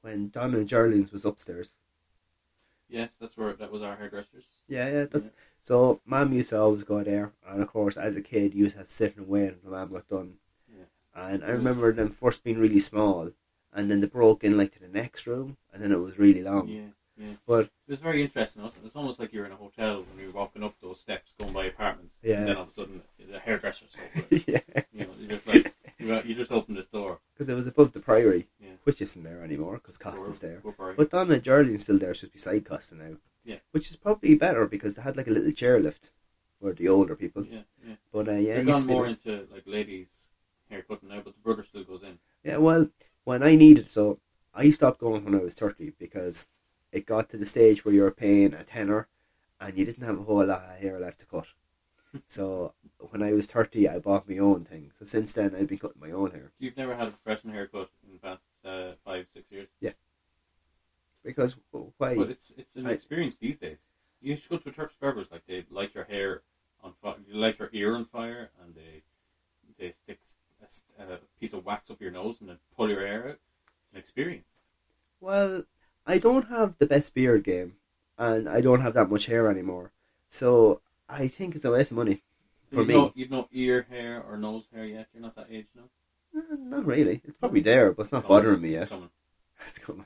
S2: when Donna and Geraldine's was upstairs,
S3: Yes, that's where that was our hairdressers.
S2: Yeah, yeah. That's so. Mum used to always go there, and of course, as a kid, you used to have to sit and wait until mum got done.
S3: Yeah.
S2: And I remember them first being really small, and then they broke in like to the next room, and then it was really long.
S3: yeah, yeah.
S2: but- *laughs*
S3: it was very interesting. It was almost like you're in a hotel when you're walking up those steps, going by apartments.
S2: Yeah.
S3: And then all of a sudden, the hairdresser's open.
S2: Yeah,
S3: you know, you
S2: *laughs*
S3: just like you, you just open this door.
S2: because it was above the Priory,
S3: Yeah.
S2: which isn't there anymore because
S3: Door-
S2: Costa's there.
S3: door bar.
S2: But Donna and Geraldine's still there, it's just beside Costa now.
S3: Yeah.
S2: which is probably better because they had like a little chairlift for the older people.
S3: yeah, yeah.
S2: But uh, yeah, it
S3: They've
S2: used to
S3: gone
S2: be
S3: more
S2: like-
S3: into like ladies haircutting now, but the brother still goes in.
S2: Yeah, well, when I needed so I stopped going when I was thirty because it got to the stage where you were paying a tenner and you didn't have a whole lot of hair left to
S3: *laughs*
S2: cut. So when I was thirty I bought my own thing. So since then I've been cutting my own hair.
S3: You've never had a professional haircut in the past uh, five, six years.
S2: Because w- why
S3: But it's it's an
S2: I-
S3: experience these days. You should go to a Turkish barbers like they light your hair on fire, you light your ear on fire, and they they stick a, s- a piece of wax up your nose and then pull your hair out. It's an experience.
S2: Well, I don't have the best beard game and I don't have that much hair anymore. So I think it's a waste of money. For
S3: So you've
S2: me.
S3: no, you've no ear hair or nose hair yet. You're not that age now.
S2: Eh, Not really. It's probably there, but it's
S3: Oh,
S2: not bothering me yet.
S3: It's coming.
S2: That's coming.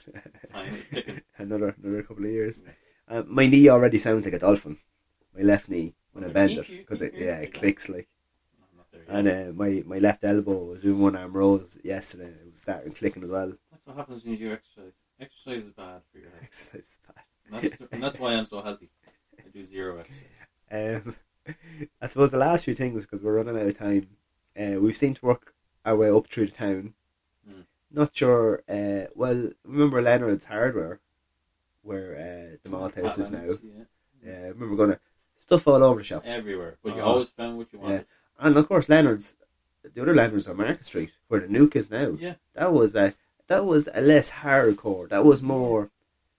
S3: Time is ticking.
S2: *laughs* another another couple of years. Uh, my knee already sounds like a dolphin. My left knee when I
S3: Like,
S2: bend it
S3: eek, eek,
S2: because it
S3: eek,
S2: yeah
S3: eek,
S2: it
S3: like that.
S2: clicks like.
S3: No, I'm not there yet.
S2: And uh, my my left elbow was doing one arm rows yesterday. It was starting clicking as well.
S3: That's what happens when you do exercise. Exercise is bad for
S2: *laughs*
S3: your health.
S2: Exercise is
S3: And that's, and that's why I'm so healthy. I do zero exercise.
S2: bad. Um, *laughs* I suppose the last few things because we're running out of time. Uh, we've seemed to work our way up through the town.
S3: Hmm.
S2: Not sure. Uh, well, remember Leonard's Hardware, where uh, the malt house is now.
S3: Balance, yeah.
S2: Yeah, I Uh, remember going to stuff all over the shop.
S3: Everywhere. But you
S2: Oh.
S3: always found what you wanted.
S2: And of course, Leonard's, the other Leonard's on Market Street, where the nuke is now.
S3: Yeah.
S2: That was a that was a less hardcore. That was more,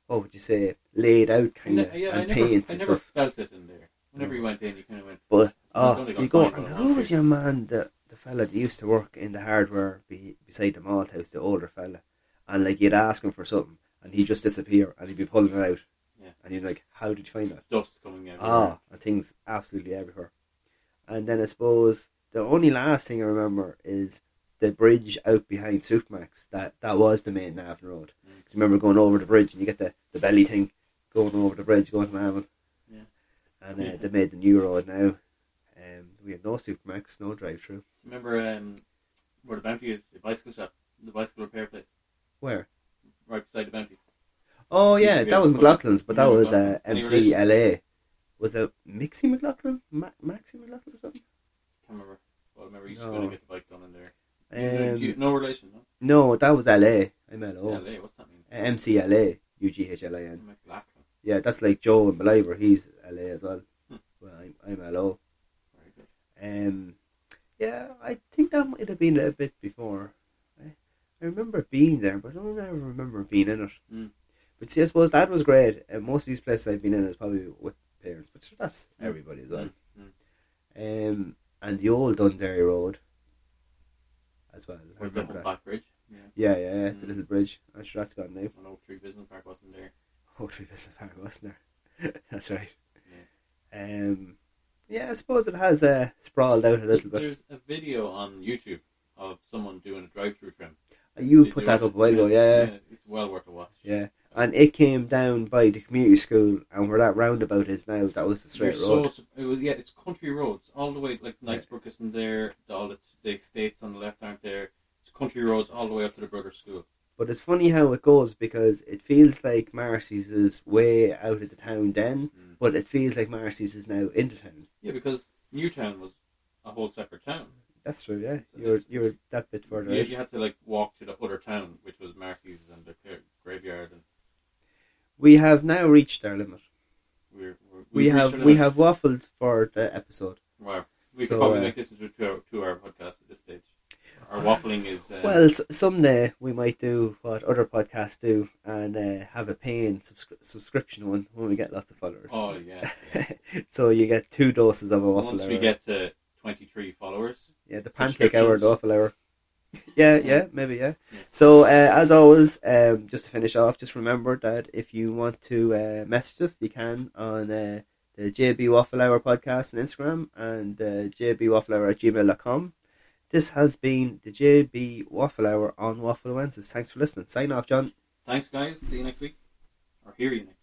S2: what would you say, laid out kind
S3: Ne-
S2: of
S3: yeah, I
S2: and
S3: never,
S2: paints
S3: I
S2: and
S3: never
S2: stuff. Mm.
S3: felt it in there. Whenever you went in, you kind of went,
S2: But
S3: I've
S2: oh,
S3: only got
S2: you go
S3: five
S2: and
S3: on
S2: who
S3: Wall
S2: was
S3: Street.
S2: your man? The the fella that used to work in the hardware be, beside the malt house, the older fella, and like you'd ask him for something, and he'd just disappear, and he'd be pulling it out,
S3: Yeah.
S2: and you're like, how did you find that?
S3: dust coming out.
S2: Ah, and things absolutely everywhere. And then I suppose the only last thing I remember is the bridge out behind Supermax. That that was the main Navan Road.
S3: Mm.
S2: 'Cause I remember going over the bridge and you get the, the belly thing going over the bridge going to Navan.
S3: Yeah.
S2: And uh,
S3: Yeah.
S2: they made the new road now. Um, we have no Supermax, no drive through.
S3: Remember um, where the Bounty is? The bicycle shop. The bicycle repair place.
S2: Where?
S3: Right beside the Bounty.
S2: Oh
S3: Used
S2: yeah,
S3: to be
S2: that
S3: a- Mm,
S2: was McLaughlin's, but that
S3: Yeah,
S2: was uh,
S3: McLaughlin's. Any
S2: MC LA. Was it Mixie McLaughlin? Ma- Maxie McLaughlin or something?
S3: Can't remember. Well, I remember you used
S2: No.
S3: to go and get the bike done in there.
S2: Um,
S3: you, no relation, no?
S2: No, that was LA. I'm LO.
S3: Yeah, LA, what's that mean?
S2: MCLA, UGHLAN.
S3: McLachlan.
S2: Yeah, that's like Joe and Beliver. He's LA as well.
S3: Hmm.
S2: Well, I'm, I'm LO.
S3: Very good.
S2: Um, yeah, I think that might have been a bit before. I, I remember being there, but I don't ever remember being in it.
S3: Hmm.
S2: But see, I suppose that was great. And most of these places I've been in is probably with parents, but sure, that's
S3: Hmm.
S2: everybody as well.
S3: Hmm.
S2: Um, and the old Dundary Road as well. I
S3: Or the
S2: remember
S3: whole
S2: that.
S3: back bridge. Yeah.
S2: Yeah, yeah, yeah, the
S3: Hmm.
S2: little bridge. I'm sure that's gone now.
S3: An oak tree business park wasn't there.
S2: *laughs* Poetry Business Park, wasn't there? That's right. Um, Yeah, I suppose it has uh, sprawled out a little bit.
S3: There's a video on YouTube of someone doing a drive-through trim.
S2: Uh, You
S3: Did
S2: put
S3: you
S2: that
S3: watch
S2: up a
S3: it?
S2: while ago, yeah,
S3: It's well worth a watch.
S2: yeah. And it came down by the community school, and where that roundabout is now, that was the
S3: You're
S2: straight
S3: so
S2: road.
S3: su- it was, yeah, it's country roads all the way like Knightsbrook isn't there. the- All the, the estates on the left aren't there. It's country roads all the way up to the Burger School.
S2: But it's funny how it goes because it feels like Marcy's is way out of the town then,
S3: Mm.
S2: but it feels like Marcy's is now in the town.
S3: Yeah, because Newtown was a whole separate town.
S2: That's true, yeah.
S3: So
S2: You're
S3: it's-
S2: you're that bit further.
S3: You,
S2: out.
S3: you had to like walk to the other town, which was Marcy's and the gra- graveyard, and
S2: We have now reached our limit.
S3: we're, we're
S2: We,
S3: we've
S2: have
S3: reached our
S2: we
S3: limit.
S2: have waffled for the episode.
S3: Wow. We
S2: So,
S3: could probably
S2: uh,
S3: make this into a two-hour two-hour podcast at this stage. Our waffling is uh,
S2: Well, s- someday we might do what other podcasts do and uh, have a paying subscri- subscription one when we get lots of followers.
S3: Oh yeah. yeah.
S2: *laughs* so you get two doses of a waffle
S3: Once
S2: hour.
S3: we get to twenty-three followers,
S2: yeah, the pancake hour, the
S3: subscriptions.
S2: waffle hour. Yeah, yeah, maybe, yeah.
S3: Yeah.
S2: So, uh, as always, um, just to finish off, just remember that if you want to uh, message us, you can on uh, the JB Waffle Hour podcast on Instagram and uh, jbwafflehour at gmail.com. This has been the JB Waffle Hour on Waffle Wednesdays. Thanks for listening. Sign off, John.
S3: thanks guys. See you next week, or hear you next. week.